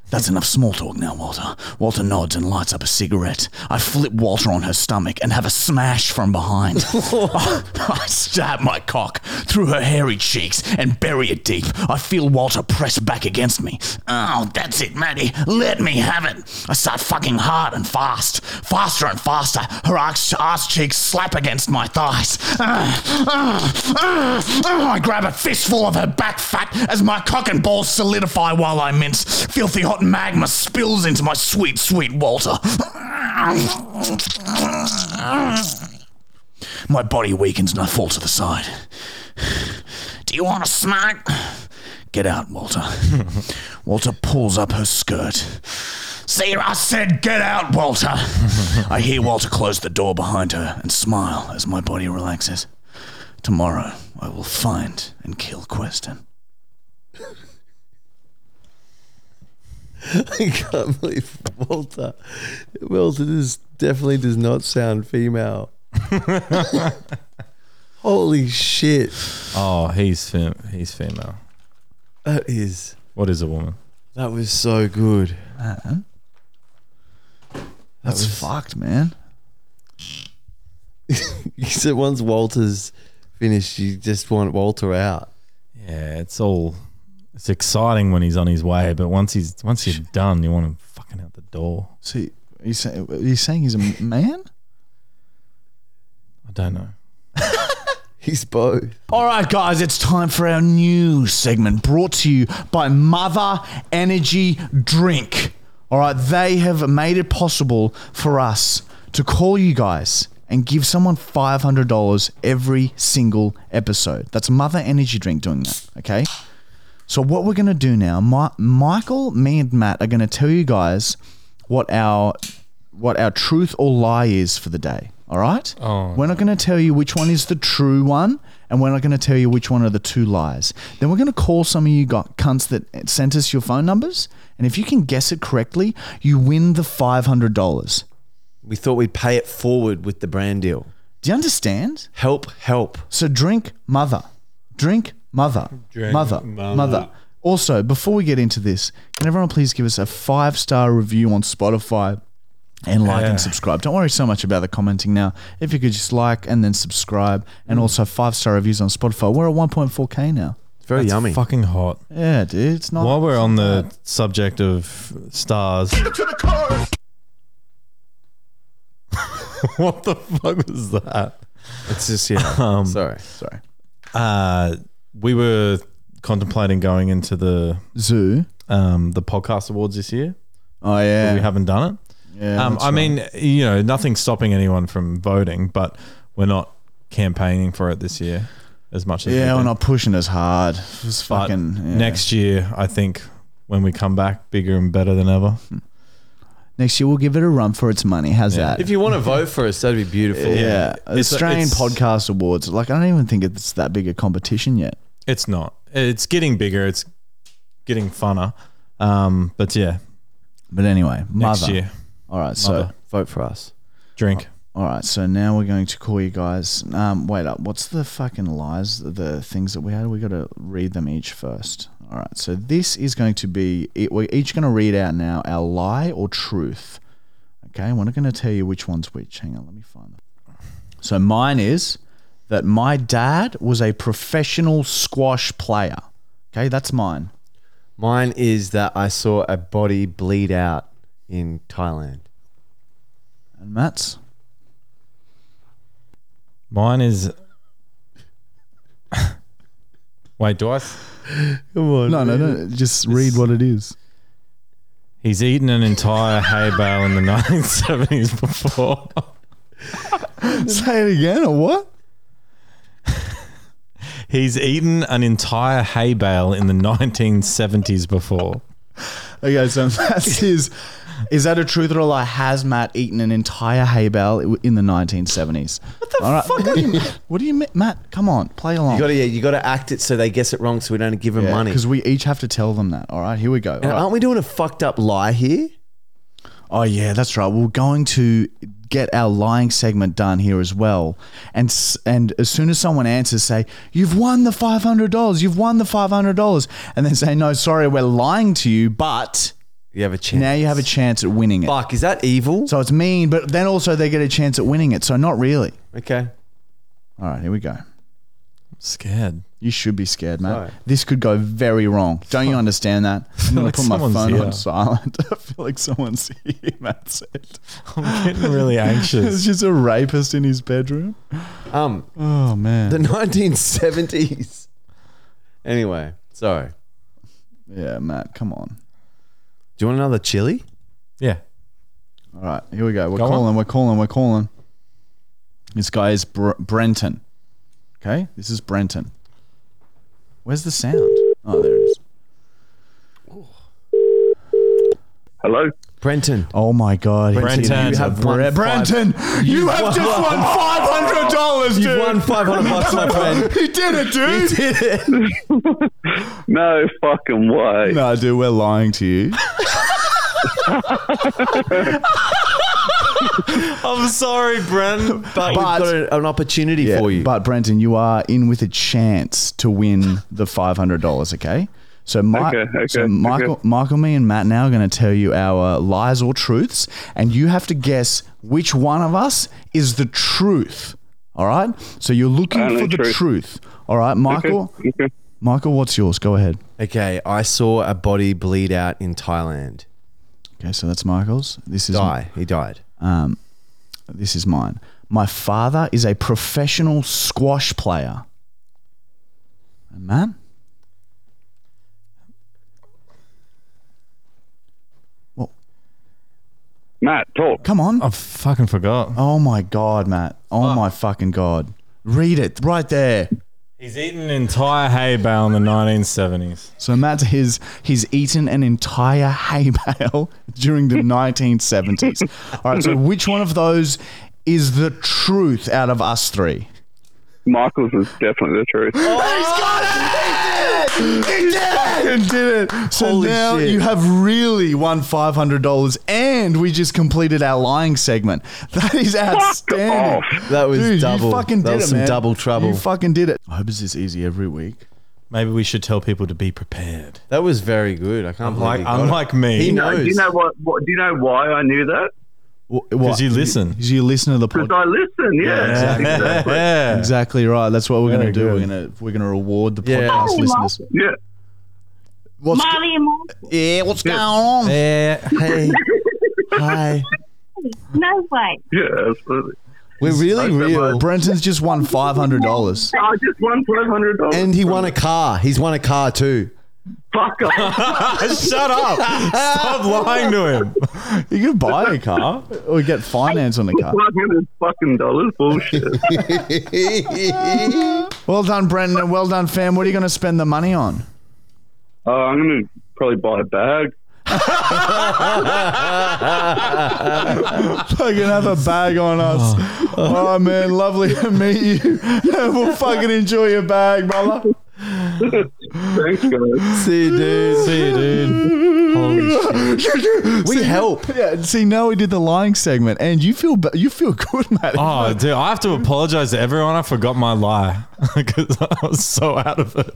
S1: That's enough small talk now, Walter. Walter nods and lights up a cigarette. I flip Walter on her stomach and have a smash from behind. I stab my cock through her hairy cheeks and bury it deep. I feel Walter press back against me. Oh, that's it, Maddie. Let me have it. I start fucking hard and fast. Faster and faster. Her arse, arse cheeks slap against my thighs. Ah, ah, ah, ah. I grab a fistful of her back fat as my cock and balls solidify while I mince. Filthy hot magma spills into my sweet, sweet Walter. My body weakens and I fall to the side. Do you want to smoke? Get out, Walter. Walter pulls up her skirt. See, I said get out, Walter. I hear Walter close the door behind her and smile as my body relaxes. Tomorrow, I will find and kill Queston.
S2: I can't believe Walter. Walter this definitely does not sound female. Holy shit.
S3: Oh, he's fem- he's female.
S2: That is
S3: What is a woman?
S2: That was so good.
S1: Uh-huh. That's fucked, man.
S2: so once Walter's finished, you just want Walter out.
S3: Yeah, it's all it's exciting when he's on his way, but once he's once you're done, you want him fucking out the door.
S1: So you- you say, are you saying he's a man?
S3: I don't know.
S2: He's both.
S1: All right, guys, it's time for our new segment brought to you by Mother Energy Drink. All right, they have made it possible for us to call you guys and give someone $500 every single episode. That's Mother Energy Drink doing that, okay? So, what we're going to do now, Mi- Michael, me, and Matt are going to tell you guys what our what our truth or lie is for the day. All right.
S3: Oh,
S1: we're not going to tell you which one is the true one, and we're not going to tell you which one are the two lies. Then we're going to call some of you got cunts that sent us your phone numbers, and if you can guess it correctly, you win the five hundred dollars.
S2: We thought we'd pay it forward with the brand deal.
S1: Do you understand?
S2: Help, help.
S1: So drink mother. Drink mother.
S3: Drink
S1: mother.
S3: mother.
S1: Mother. Also, before we get into this, can everyone please give us a five star review on Spotify and like
S3: Yeah.
S1: and subscribe? Don't worry so much about the commenting now. If you could just like and then subscribe,
S3: Mm.
S1: and also five star reviews on Spotify. We're at 1.4K now.
S2: It's very
S3: That's
S2: yummy.
S3: Fucking hot.
S1: Yeah, dude. It's not.
S3: While we're on the subject of stars. what the fuck was that?
S2: It's just yeah. sorry, sorry.
S3: Uh, we were contemplating going into the
S1: Zoo.
S3: um, the podcast awards this year.
S1: Oh,
S3: but
S1: yeah.
S3: We haven't done it.
S1: yeah
S3: um,
S1: that's
S3: I
S1: right.
S3: mean, you know, nothing's stopping anyone from voting, but we're not campaigning for it this year as much as
S1: yeah,
S3: we
S1: we're
S3: did.
S1: not pushing as hard. It's
S3: But
S1: fucking. yeah.
S3: next year, I think when we come back, bigger and better than ever.
S1: next year, we'll give it a run for its money. How's
S3: Yeah.
S1: that?
S2: If you want to vote for us, that'd be beautiful.
S1: Yeah,
S3: It's-
S1: Australian
S3: it's-
S1: Podcast Awards. Like, I don't even think it's that big a competition yet.
S3: It's not. It's getting bigger. It's getting funner. Um, but yeah,
S1: But anyway,
S3: next
S1: mother.
S3: year,
S1: All right, so
S3: Mother.
S2: Vote for us.
S3: drink.
S1: all right, so now we're going to call you guys. Um, wait up. What's the fucking lies? The things that we had. We got to read them each first. All right, so this is going to be. it- We're each going to read out now our lie or truth. Okay, we're not going to tell you which one's which. Hang on, let me find them. So mine is that my dad was a professional squash player. Okay, that's mine.
S2: Mine is that I saw a body bleed out in Thailand.
S1: And Matt's.
S3: Mine is. Wait, do I? s-
S2: Come on.
S1: No, no, no. Just read what it is.
S3: He's eaten an entire hay bale in the 1970s before.
S1: Say it again, or what?
S3: He's eaten an entire hay bale in the 1970s before.
S1: Okay, so that's his. Is that a truth or a lie? Has Matt eaten an entire hay bale in the 1970s? What the fuck? What do you, what do you mean, Matt? Come on, play along.
S2: You gotta yeah, you gotta act it so they guess it wrong so we don't give them money.
S1: because we each have to tell them that. All right, here we go.
S2: And
S1: All right.
S2: aren't we doing a fucked up lie here?
S1: Oh yeah, that's right. We're going to get our lying segment done here as well, and s- and as soon as someone answers, say you've won the five hundred dollars. You've won the five hundred dollars, and then say no, sorry, we're lying to you, but
S2: You have a chance.
S1: now you have a chance at winning it.
S2: Fuck, is that evil?
S1: So it's mean, but then also they get a chance at winning it. So not really.
S2: Okay.
S1: All right, here we go.
S3: I'm scared.
S1: You should be scared, mate.
S2: Sorry.
S1: This could go very wrong. Don't you understand that? I'm gonna
S3: like
S1: put my
S3: someone's
S1: phone
S3: here.
S1: on silent. I feel like someone's here. That's it.
S3: I'm getting really anxious.
S1: It's just a rapist in his bedroom.
S2: Um
S1: Oh man.
S2: the nineteen seventies. Anyway, sorry.
S1: yeah, Matt. Come on.
S2: Do you want another chili?
S3: Yeah.
S1: All right, here we go. We're
S3: Go on.
S1: calling. We're calling. We're calling. This guy is Br- Brenton. Okay, this is Brenton. Where's the sound? Oh, there it is.
S4: Hello.
S2: Brenton.
S1: Oh my God,
S3: Brenton.
S2: You have won
S1: Bre-
S2: five-
S1: Brenton, you have just won five hundred dollars, dude.
S2: You've won five hundred bucks, my friend.
S1: He did it, dude.
S4: No fucking way.
S1: No, dude, we're lying to you.
S3: I'm sorry, Bren.
S2: But, we've
S1: But-
S2: got a- an opportunity for you.
S1: But Brenton, you are in with a chance to win the five hundred dollars. Okay, So, Mike,
S4: Okay, okay,
S1: so
S4: okay.
S1: Michael, Michael, me, and Matt now are going to tell you our lies or truths, and you have to guess which one of us is the truth. All right. So you're looking
S4: Only
S1: for the truth.
S4: truth.
S1: All right, Michael.
S4: Okay.
S1: Michael, what's yours? Go ahead.
S2: Okay, I saw a body bleed out in Thailand.
S1: Okay, so that's Michael's. This is
S2: Die. He died.
S1: Um, this is mine. My father is a professional squash player. And man,
S4: Matt, talk.
S1: come on!
S3: I fucking forgot.
S1: Oh my god, Matt! Oh my fucking god! Read it right there.
S3: He's eaten an entire hay bale in the 1970s.
S1: So Matt his he's eaten an entire hay bale during the 1970s. All right, so which one of those is the truth out of us three?
S4: Michael's is definitely the truth.
S1: You did it. So
S2: Holy
S1: now
S2: shit.
S1: you have really won five hundred dollars, and we just completed our lying segment. That is outstanding.
S4: off.
S2: That was
S1: Dude,
S2: double.
S1: You fucking
S2: That
S1: did
S2: was
S1: it,
S2: some
S1: man.
S2: double trouble.
S1: You fucking did it. I hope this is easy every week.
S3: Maybe we should tell people to be prepared.
S2: That was very good. I can't believe
S3: Like,
S2: you got it.
S3: unlike me.
S2: He
S4: You know, do you
S2: knows.
S4: know what, what? Do you know why I knew that?
S1: Because
S3: you listen.
S1: Because you listen to the
S4: Because
S1: podcast.
S4: I listen. Yeah, exactly.
S3: Yeah.
S1: Exactly right. That's what we're going to
S3: Very
S1: do. We're
S3: good.
S1: going to we're going to reward the
S2: Yeah.
S1: podcast
S2: Oh,
S1: listeners.
S4: Yeah.
S1: What's
S5: Molly and Mom,
S1: yeah, what's going on?
S3: Yeah.
S2: Hey. Hi.
S5: no way.
S4: Yeah, absolutely.
S2: We're really real.
S1: Brenton's just won five hundred dollars.
S4: I just won twelve hundred dollars.
S2: And he won a car. He's won a car too.
S4: fuck off.
S3: Shut up. Stop lying to him.
S1: You can buy a car or get finance on a car.
S4: Twelve hundred fucking dollars. Bullshit.
S1: Well done, Brenton, and well done, fam. What are you going to spend the money on?
S4: Uh, I'm gonna probably buy a bag.
S1: Fucking have a bag on us. Oh, man, lovely to meet you. we'll fucking enjoy your bag, brother.
S4: Thanks, guys.
S2: See you, dude. See you, dude. Holy shit. We help.
S1: Yeah, see, now we did the lying segment, and you feel ba- you feel good, mate.
S3: Oh, dude, I have to apologize to everyone. I forgot my lie because I was so out of it.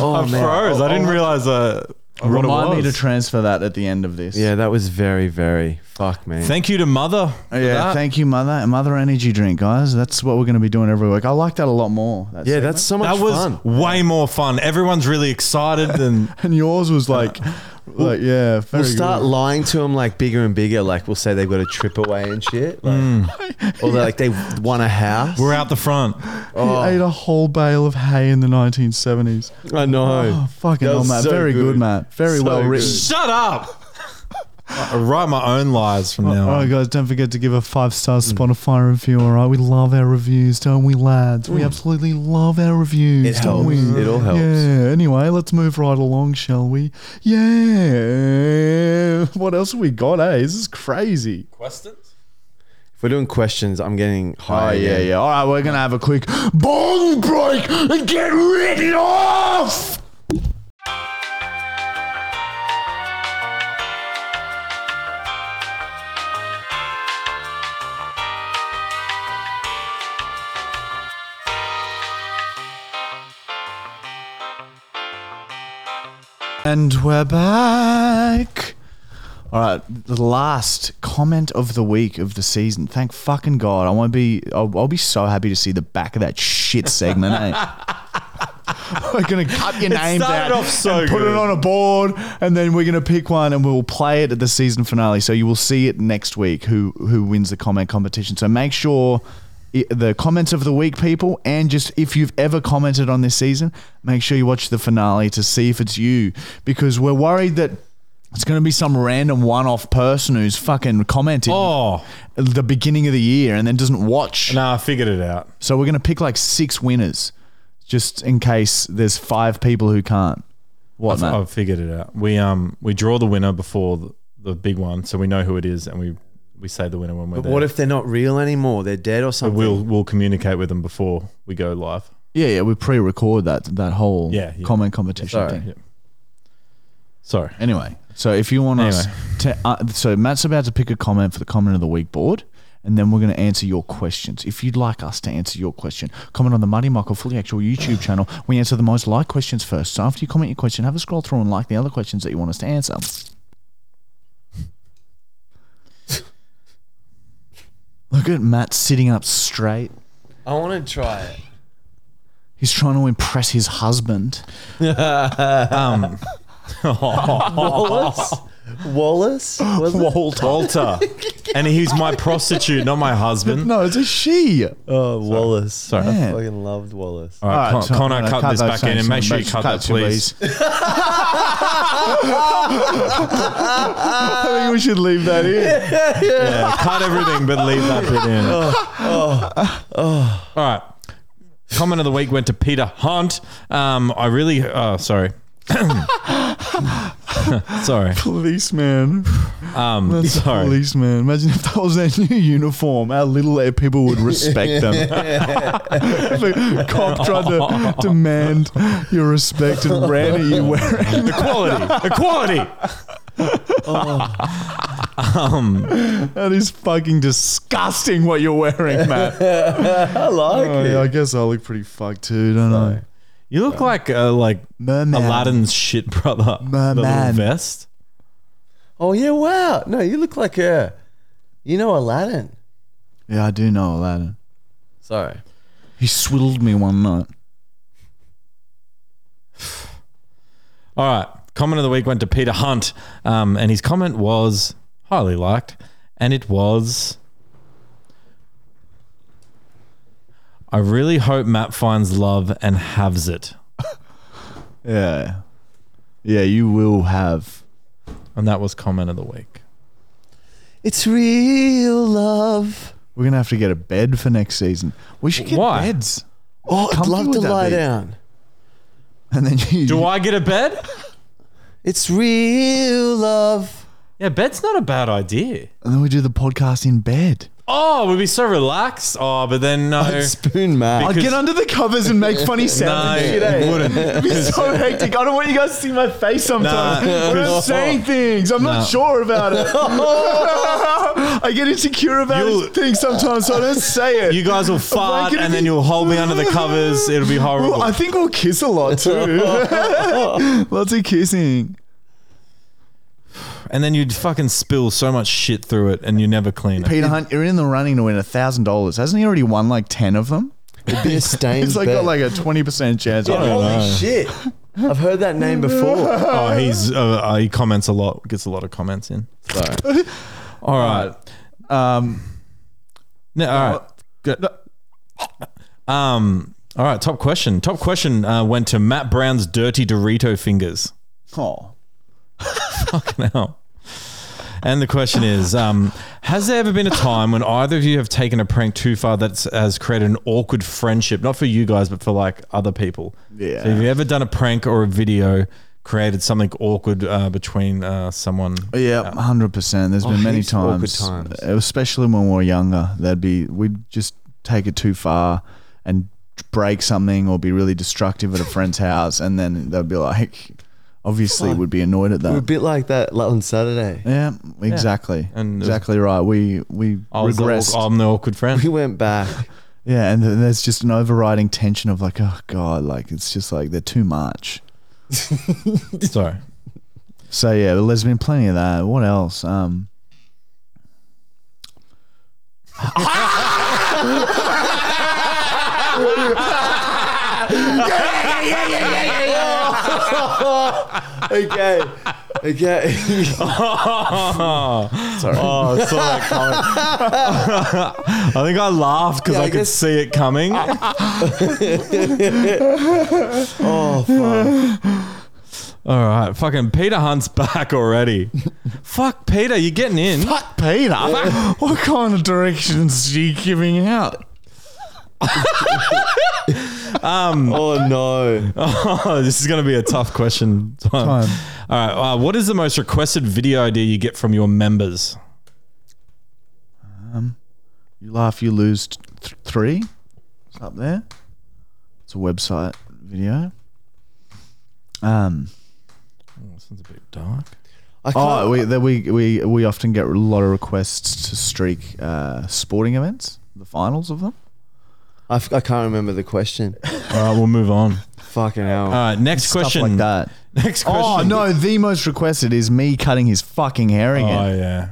S2: Oh,
S3: I froze. I didn't realize uh, what it
S1: Remind me
S3: was.
S1: to transfer that at the end of this.
S2: Yeah, that was very, very fuck, man.
S3: Thank you to Mother. for
S1: Yeah,
S3: that.
S1: thank you, mother. Mother energy drink, guys. That's what we're going to be doing every week. I like that a lot more. That
S2: yeah,
S1: segment.
S2: that's so much
S3: that was
S2: fun.
S3: way more fun. Everyone's really excited and
S1: and yours was like, like yeah. Very
S2: We'll start
S1: good.
S2: lying to them like bigger and bigger. Like we'll say they've got a trip away and shit. Like,
S3: Mm.
S2: Or they're like they won a house.
S3: we're out the front.
S1: He ate a whole bale of hay in the 1970s.
S2: I know.
S1: Oh, fucking
S2: That
S1: hell,
S2: was
S1: Matt.
S2: so
S1: Very good,
S2: good.
S1: Matt. Very
S2: So
S1: well written.
S2: good.
S3: Shut up. I write my own lies from now
S1: All right,
S3: on.
S1: guys, don't forget to give a five star Spotify review. All right, we love our reviews, don't we, lads? We absolutely love our reviews.
S2: It
S1: don't
S2: helps.
S1: we?
S2: It all helps.
S1: Yeah. Anyway, let's move right along, shall we? Yeah. What else have we got? Eh, this is crazy.
S3: Questions?
S2: If we're doing questions, I'm getting
S1: Oh
S2: high.
S1: yeah,
S2: again.
S1: yeah. All right, we're gonna have a quick bong break and get written off. And we're back. All right, the last comment of the week of the season. Thank fucking god! I won't be. I'll, I'll be so happy to see the back of that shit segment. eh? we're gonna cut your names out,
S3: started off so
S1: and put it
S3: good.
S1: on a board, and then we're gonna pick one, and we'll play it at the season finale. So you will see it next week. Who who wins the comment competition? So make sure. i- The comments of the week, people, and just if you've ever commented on this season, make sure you watch the finale to see if it's you because we're worried that it's going to be some random one off person who's fucking commenting
S3: Oh,
S1: at the beginning of the year and then doesn't watch.
S3: no, I figured it out.
S1: So we're going to pick like six winners just in case there's five people who can't. What,
S3: I've,
S1: man?
S3: I've figured it out. We um we draw the winner before the, the big one, so we know who it is, and we we say the winner when we're
S2: But
S3: there.
S2: what if they're not real anymore? They're dead or something.
S3: we'll we'll communicate with them before we go live?
S1: yeah, yeah. We pre record that, that whole
S3: Yeah, yeah.
S1: comment competition
S2: Sorry.
S1: thing.
S3: Sorry.
S1: Anyway, so if you want us to. Uh, so Matt's about to pick a comment for the comment of the week board. and then we're going to answer your questions. If you'd like us to answer your question, comment on the Muddy Michael Fully Actual YouTube channel. We answer the most liked questions first. So after you comment your question, have a scroll through and like the other questions that you want us to answer. Look at Matt sitting up straight.
S2: I want to try it.
S1: He's trying to impress his husband.
S3: Um,
S2: Wallace? Wallace? Was it?
S3: Walter. and he's my prostitute, not my husband.
S1: No, it's a she.
S2: Oh, Wallace. Sorry.
S1: Man.
S2: I fucking loved Wallace.
S3: All right, Con-
S1: so-
S3: Connor,
S1: no, no,
S3: cut, this
S1: uh, those
S3: back in
S1: things.
S3: and make sure you cut, that,
S1: you,
S3: please.
S1: I think we should leave that in.
S3: Yeah, cut everything, but leave that bit in. Oh. All right. Comment of the week went to Peter Hunt. Um, I really, oh, sorry. sorry.
S1: Policeman.
S3: Um,
S1: That's a
S3: sorry.
S1: policeman. Imagine if that was their new uniform. How little air people would respect them. if a cop tried to demand your respect and ran at you wearing.
S3: Equality. Equality.
S1: That is fucking disgusting what you're wearing, Matt.
S2: I like
S1: Oh, yeah, I guess I look pretty fucked too, don't I?
S3: You look like uh, like
S1: Merman.
S3: Aladdin's shit brother.
S1: My
S3: the
S1: man.
S3: little vest.
S2: Oh, yeah, wow. No, you look like a. You know Aladdin.
S1: Yeah, I do know Aladdin.
S2: Sorry.
S1: He swiddled me one night.
S3: All right. Comment of the week went to Peter Hunt, um, and his comment was highly liked, and it was. I really hope Matt finds love and halves it.
S1: Yeah. Yeah, you will have.
S3: And that was comment of the week.
S2: It's real love.
S1: We're going to have to get a bed for next season. We should get
S3: Why?
S1: beds.
S2: Oh, I'd
S1: comfy
S2: love
S1: would
S2: to
S1: that
S2: lie
S1: be?
S2: down.
S1: And then you.
S3: Do I get a bed?
S2: It's real love.
S3: Yeah, bed's not a bad idea.
S1: And then we do the podcast in bed.
S3: Oh, we'd be so relaxed. Oh, but then no.
S2: Spoon Mac.
S1: I'd get under the covers and make funny
S3: No,
S1: sounds. and shit, eh?
S3: it wouldn't.
S1: It'd be so hectic. I don't want you guys to see my face sometimes.
S3: Nah.
S1: when I'm saying things, I'm
S3: Nah.
S1: not sure about it. I get insecure about
S3: You'll-
S1: things sometimes, so I don't say it.
S3: You guys will fart
S1: gonna
S3: and then
S1: be-
S3: you'll hold me under the covers. It'll be horrible.
S1: Well, I think we'll kiss a lot too. Lots of kissing.
S3: and then you'd fucking spill so much shit through it and you never clean it.
S1: Peter Hunt, you're in the running to win a thousand dollars. Hasn't he already won like ten of them?
S2: It'd be a stained
S1: He's like
S2: bed.
S1: got like a twenty percent chance.
S2: Yeah,
S1: on it.
S2: holy shit. I've heard that name before.
S3: Oh, he's uh, uh, he comments a lot, gets a lot of comments in.
S2: Sorry.
S3: All right,
S1: Um,
S3: no, all right, good. Um, all right. Top question. Top question uh, went to Matt Brown's dirty Dorito fingers.
S1: oh,
S3: Now, and the question is: um, Has there ever been a time when either of you have taken a prank too far that has created an awkward friendship? Not for you guys, but for like other people.
S1: Yeah.
S3: So have you ever done a prank or a video? Created something awkward uh, between uh, someone.
S1: yeah, hundred percent. There's been many
S2: heaps of awkward
S1: times,
S2: times.
S1: especially when we were younger. That'd be we'd just take it too far and break something or be really destructive at a friend's house, and then they'd be like, obviously, would be annoyed at
S2: We're a
S1: that.
S2: bit like that on Saturday.
S1: Yeah, exactly,
S3: And it was-
S1: exactly right. We we
S3: I was the
S1: regressed.
S3: awk- Oh, I'm the awkward friend.
S2: We went back.
S1: Yeah, and th- there's just an overriding tension of like, oh god, like it's just like they're too much.
S3: Sorry.
S1: So yeah, well, there's been plenty of that. What else? Um,
S2: okay. Okay.
S3: Sorry. Oh, I saw that coming. I think I laughed because
S2: Yeah, I
S3: I, could
S2: guess-
S3: see it coming.
S2: oh, fuck.
S3: All right, fucking Peter Hunt's back already. Fuck Peter, you're getting in.
S1: fuck Peter. What kind of directions are you giving out?
S2: Oh, no.
S3: Oh, this is going to be a tough question. All
S1: Time.
S3: right, uh, what is the most requested video idea you get from your members?
S1: You laugh, you lose. T- th- three, it's up there. It's a website video. Um,
S3: This one's a bit dark.
S2: I can't,
S1: Oh, we, that we, we we often get a lot of requests to streak uh, sporting events, the finals of them.
S2: I, f- I can't remember the question.
S3: All right, we'll move on.
S2: Fucking hell.
S3: All right, next question.
S1: Stuff like that.
S3: Next
S1: Oh
S3: question.
S1: no, the most requested is me cutting his fucking hair again.
S3: Oh yeah.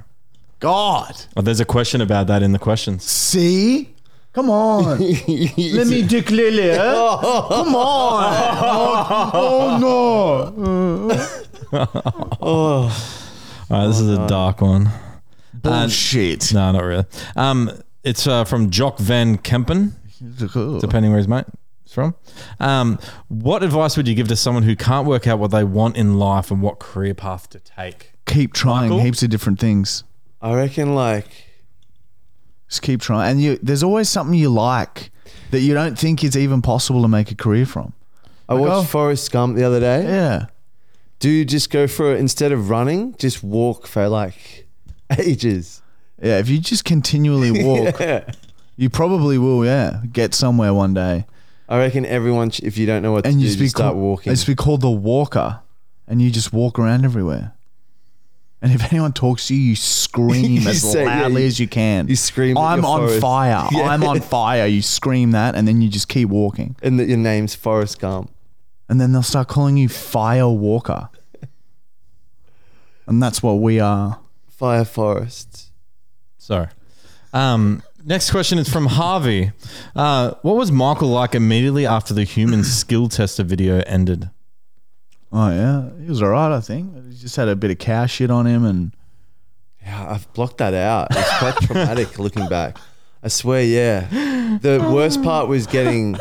S1: God,
S3: Oh, there's a question about that in the questions.
S1: see, come on, let me declare.
S3: Oh,
S1: Uh, come on, oh, oh, no,
S3: All right, this
S1: Oh,
S3: is a dark one.
S1: bullshit.
S3: No, not really. Um, it's uh, from Jock Van Kempen, depending where his mate is from. Um, what advice would you give to someone who can't work out what they want in life and what career path to take?
S1: Keep trying
S3: Michael?
S1: heaps of different things.
S2: I reckon like
S1: Just keep trying, and you there's always something you like that you don't think is even possible to make a career from.
S2: I watched Forrest Gump the other day.
S1: oh. Yeah.
S2: Dude, just go for it. Instead of running, just walk for like ages.
S1: Yeah, if you just continually walk, you probably will, yeah, get somewhere one day.
S2: I reckon everyone, sh- if you don't know what to
S1: And
S2: do,
S1: you just be
S2: just start
S1: call-
S2: walking.
S1: Just be called the walker, and you just walk around everywhere. And if anyone talks to you, you scream
S2: You
S1: as
S2: say- yeah,
S1: loudly
S2: you-
S1: as you can.
S2: you scream at
S1: I'm
S2: your
S1: on
S2: forest."
S1: fire.
S2: Yeah.
S1: I'm on fire. You scream that, and then you just keep walking.
S2: and that your name's Forrest Gump.
S1: And then they'll start calling you Fire Walker. And that's what we are.
S2: Fire Forrest.
S3: Sorry. Um, next question is from Harvey. Uh, what was Michael like immediately after the human skill tester video ended?
S1: Oh, yeah. He was all right, I think. He just had a bit of cow shit on him and.
S2: Yeah, I've blocked that out. It's quite traumatic looking back. I swear, yeah. The worst part was getting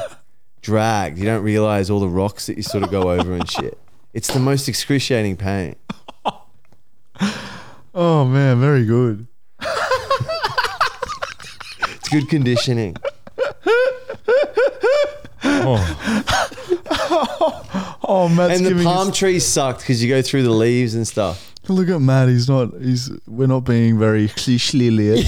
S2: dragged. You don't realize all the rocks that you sort of go over and shit. It's the most excruciating pain.
S1: Oh man, very good.
S2: It's good conditioning.
S3: Oh,
S1: Oh, Matt's
S2: and the
S1: giving
S2: palm
S1: us-
S2: tree sucked because you go through the leaves and stuff.
S1: Look at Matt. He's not. He's. We're not being very cliché.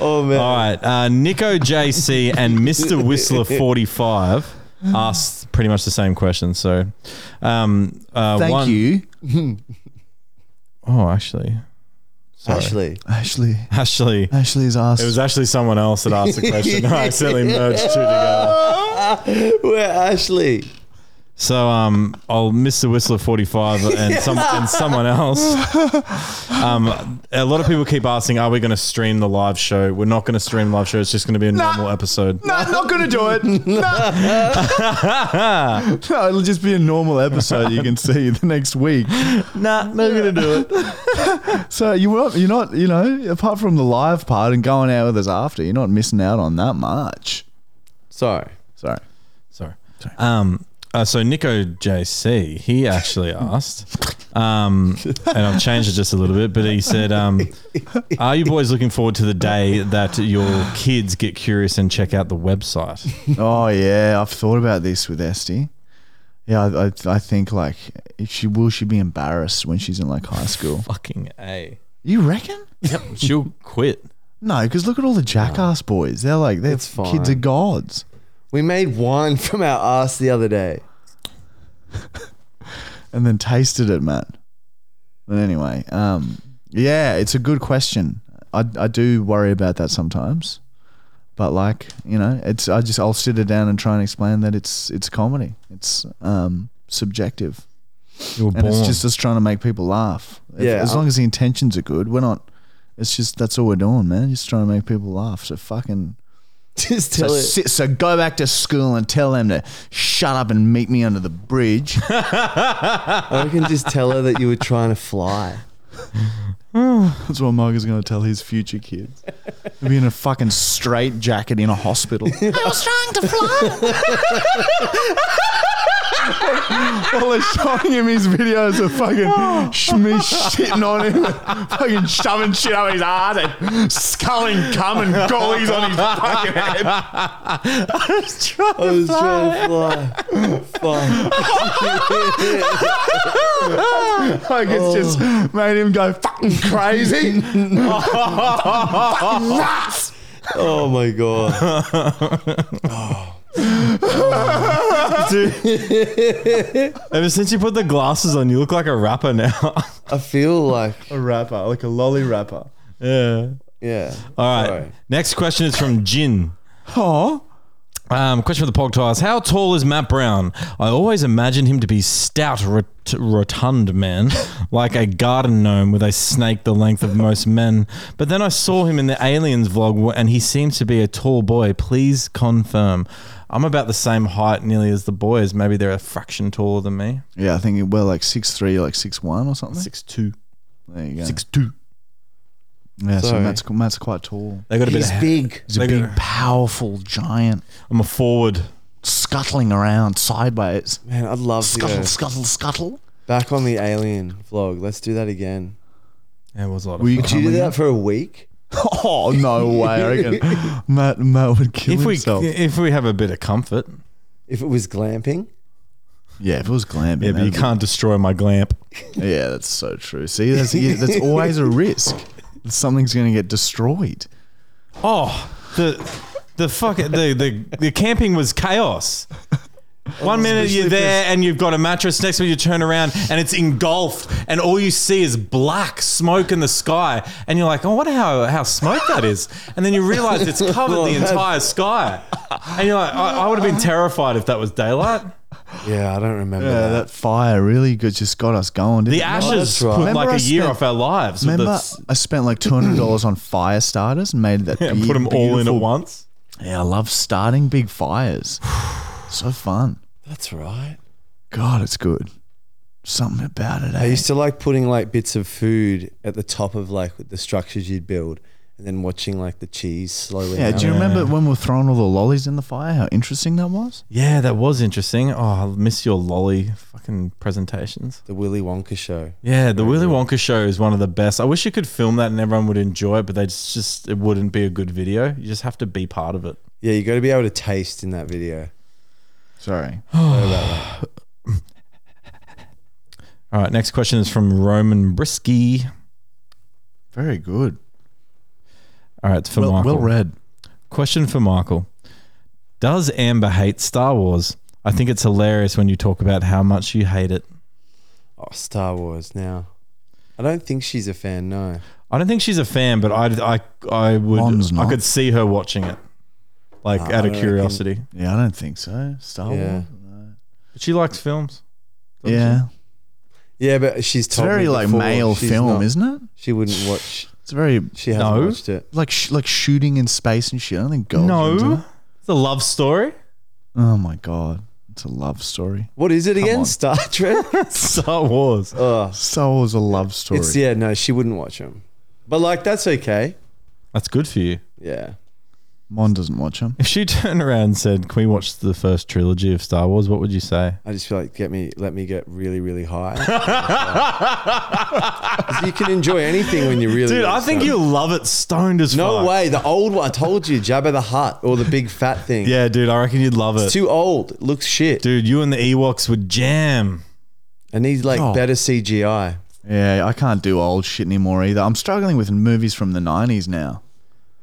S2: Oh man.
S3: all right. Uh, Nico JC and Mr. Whistler 45 asked pretty much the same question. So, um, uh,
S1: Thank
S3: one-
S1: you,
S3: Oh, actually,
S2: Ashley.
S1: Ashley.
S3: actually,
S1: Ashley has asked.
S3: it was actually someone else that asked the question. I accidentally merged two together.
S2: Where Ashley?
S3: So, um, I'll Mr. Whistler 45 and, some, and someone else. Um, a lot of people keep asking, are we going to stream the live show? We're not going to stream live show. It's just going to be a normal episode.
S1: no, not gonna do it. No. no, it'll just be a normal episode. You can see the next week.
S3: Nah, not going to do it.
S1: So you were, you're not, you know, apart from the live part and going out with us after, you're not missing out on that much.
S2: Sorry.
S1: Sorry.
S3: Sorry. Um, uh, so Nico JC, he actually asked, um, and I've changed it just a little bit, but he said, um, "Are you boys looking forward to the day that your kids get curious and check out the website?"
S1: Oh yeah, I've thought about this with Esty. Yeah, I, I, I think like if she will she be embarrassed when she's in like high school?
S3: Fucking a.
S1: You reckon?
S3: Yep, she'll quit.
S1: No, because look at all the jackass boys. They're like they're
S2: It's fine.
S1: kids are gods.
S2: We made wine from our ass the other day.
S1: And then tasted it, man. But anyway, um, yeah, it's a good question. I, I do worry about that sometimes, but like you know, it's I just I'll sit her down and try and explain that it's it's comedy. It's um subjective.
S3: You're
S1: and
S3: born.
S1: it's just us trying to make people laugh. If-
S2: Yeah.
S1: as long as the intentions are good, we're not. It's just that's all we're doing, man. Just trying to make people laugh. So fucking.
S2: Just
S1: So,
S2: tell it.
S1: sit, so go back to school and tell them to shut up and meet me under the bridge.
S2: I can just tell her that you were trying to fly.
S1: that's what Mark is going to tell his future kids. He'll be in a fucking straight jacket in a hospital. I was trying to fly. While they're showing him his videos of fucking sh- me shitting on him, fucking shoving shit up his ass and sculling cum and gollies on his fucking head.
S2: I was trying to fly. Fly.
S1: Like it's
S2: Oh.
S1: just made him go fucking crazy. fucking nuts.
S2: oh my god. Oh.
S3: Dude. Ever since you put the glasses on, you look like a rapper now.
S2: I feel like,
S1: A rapper, like a lolly rapper.
S3: yeah.
S2: yeah.
S3: All right.
S2: Sorry.
S3: Next question is from Jin.
S1: Oh,
S3: Um, question for the Pogtiles. How tall is Matt Brown? I always imagined him to be stout, rot- rotund man, like a garden gnome with a snake the length of most men. But then I saw him in the Aliens vlog and he seems to be a tall boy. Please confirm. I'm about the same height nearly as the boys. Maybe they're a fraction taller than me.
S1: yeah. I think we're like six three, like six one or something.
S3: Six two.
S1: There you go.
S3: Six two.
S1: Yeah, so
S2: Sorry.
S1: Matt's, Matt's quite tall.
S3: They got a bit
S2: He's
S3: of ha-
S2: big.
S1: He's a
S3: They
S1: big,
S3: got-
S1: powerful giant,
S3: I'm a forward.
S1: scuttling around sideways.
S2: Man, I'd love to
S1: Scuttle,
S2: go
S1: scuttle, scuttle.
S2: back on the alien vlog. Let's do that again.
S3: Yeah, it was a lot of
S1: Will you
S3: fun.
S2: Did you do that for a week?
S1: Oh no way! I reckon Matt Matt would kill
S3: If we
S1: himself.
S3: if we have a bit of comfort,
S2: If it was glamping,
S1: yeah, if it was glamping,
S3: yeah, but you
S1: that'd be-
S3: can't destroy my glamp.
S1: Yeah, that's so true. See, that's yeah, that's always a risk. Something's going to get destroyed.
S3: Oh, the the fuck the the the camping was chaos. One minute you're there and you've got a mattress. Next minute you turn around and it's engulfed, and all you see is black smoke in the sky. And you're like, "Oh, what how how smoke that is!" And then you realize it's covered the entire sky. And you're like, "I, I would have been terrified if that was daylight."
S2: yeah, I don't remember
S1: Yeah,
S2: that.
S1: that fire really good just got us going. Didn't
S3: The
S1: it?
S3: ashes
S2: right.
S3: put
S1: Remember
S3: like
S1: I
S3: a year
S1: spent-
S3: off our lives. with
S1: Remember,
S3: the-
S1: I spent like two hundred dollars on fire starters and made that.
S3: yeah,
S1: big,
S3: put them all in at
S1: beautiful-
S3: once.
S1: Yeah, I love starting big fires. so fun.
S2: That's right.
S1: God, it's good. Something about it.
S2: I
S1: Eh?
S2: used to like putting like bits of food at the top of like the structures you'd build, and then watching like the cheese slowly.
S1: Yeah,
S2: melt.
S1: do you remember when we were throwing all the lollies in the fire? How interesting that was.
S3: Yeah, that was interesting. Oh, I miss your lolly fucking presentations.
S2: the Willy Wonka show?
S3: Yeah, the Willy Wonka show is one of the best. I wish you could film that and everyone would enjoy it, but they just, just it wouldn't be a good video. You just have to be part of it.
S2: Yeah, you got to be able to taste in that video.
S1: Sorry.
S3: All right, next question is from Roman Brisky.
S1: Very good.
S3: All right, it's for
S1: Well,
S3: Michael.
S1: well read.
S3: Question for Michael. Does Amber hate Star Wars? I think it's hilarious when you talk about how much you hate it.
S2: Oh, Star Wars now. I don't think she's a fan. No,
S3: I don't think she's a fan, but I I I
S1: Mom's
S3: would I
S1: not.
S3: could see her watching it. Like
S2: Nah,
S3: out
S2: I
S3: of
S2: reckon-
S3: curiosity.
S1: Yeah, I don't think so. Star
S2: Yeah.
S1: Wars.
S3: But she likes films. doesn't
S1: Yeah,
S2: yeah, but she's
S1: it's
S2: told me
S1: very like
S2: before
S1: male
S2: she's
S1: film,
S2: not-
S1: isn't it?
S2: She wouldn't watch.
S1: It's very
S2: She hasn't
S3: No.
S2: watched it.
S1: like sh- like shooting in space and shit. I don't think girls. are into
S3: No.
S1: that.
S3: It's a love story.
S1: Oh my god, it's a love story.
S2: What is it again?
S1: on.
S2: Star Trek.
S3: Star Wars.
S2: Ugh.
S1: Oh, Star Wars a love story.
S2: it's yeah. No, she wouldn't watch them. But like that's okay.
S3: That's good for you.
S2: Yeah.
S1: Mon doesn't watch them.
S3: If she turned around and said, "Can we watch the first trilogy of Star Wars?" What would you say?
S2: I just feel like get me, let me get really, really high. 'Cause you can enjoy anything when you're really.
S3: Dude, I think
S2: stoned.
S3: you'll love it stoned as
S2: No
S3: fuck.
S2: way, the old one. I told you, Jabba the Hutt or the big fat thing.
S3: Yeah, dude, I reckon you'd love it.
S2: It's too old. It looks shit.
S3: dude, you and the Ewoks would jam.
S2: I need like
S1: Oh.
S2: better CGI.
S1: Yeah, I can't do old shit anymore either. I'm struggling with movies from the '90s now.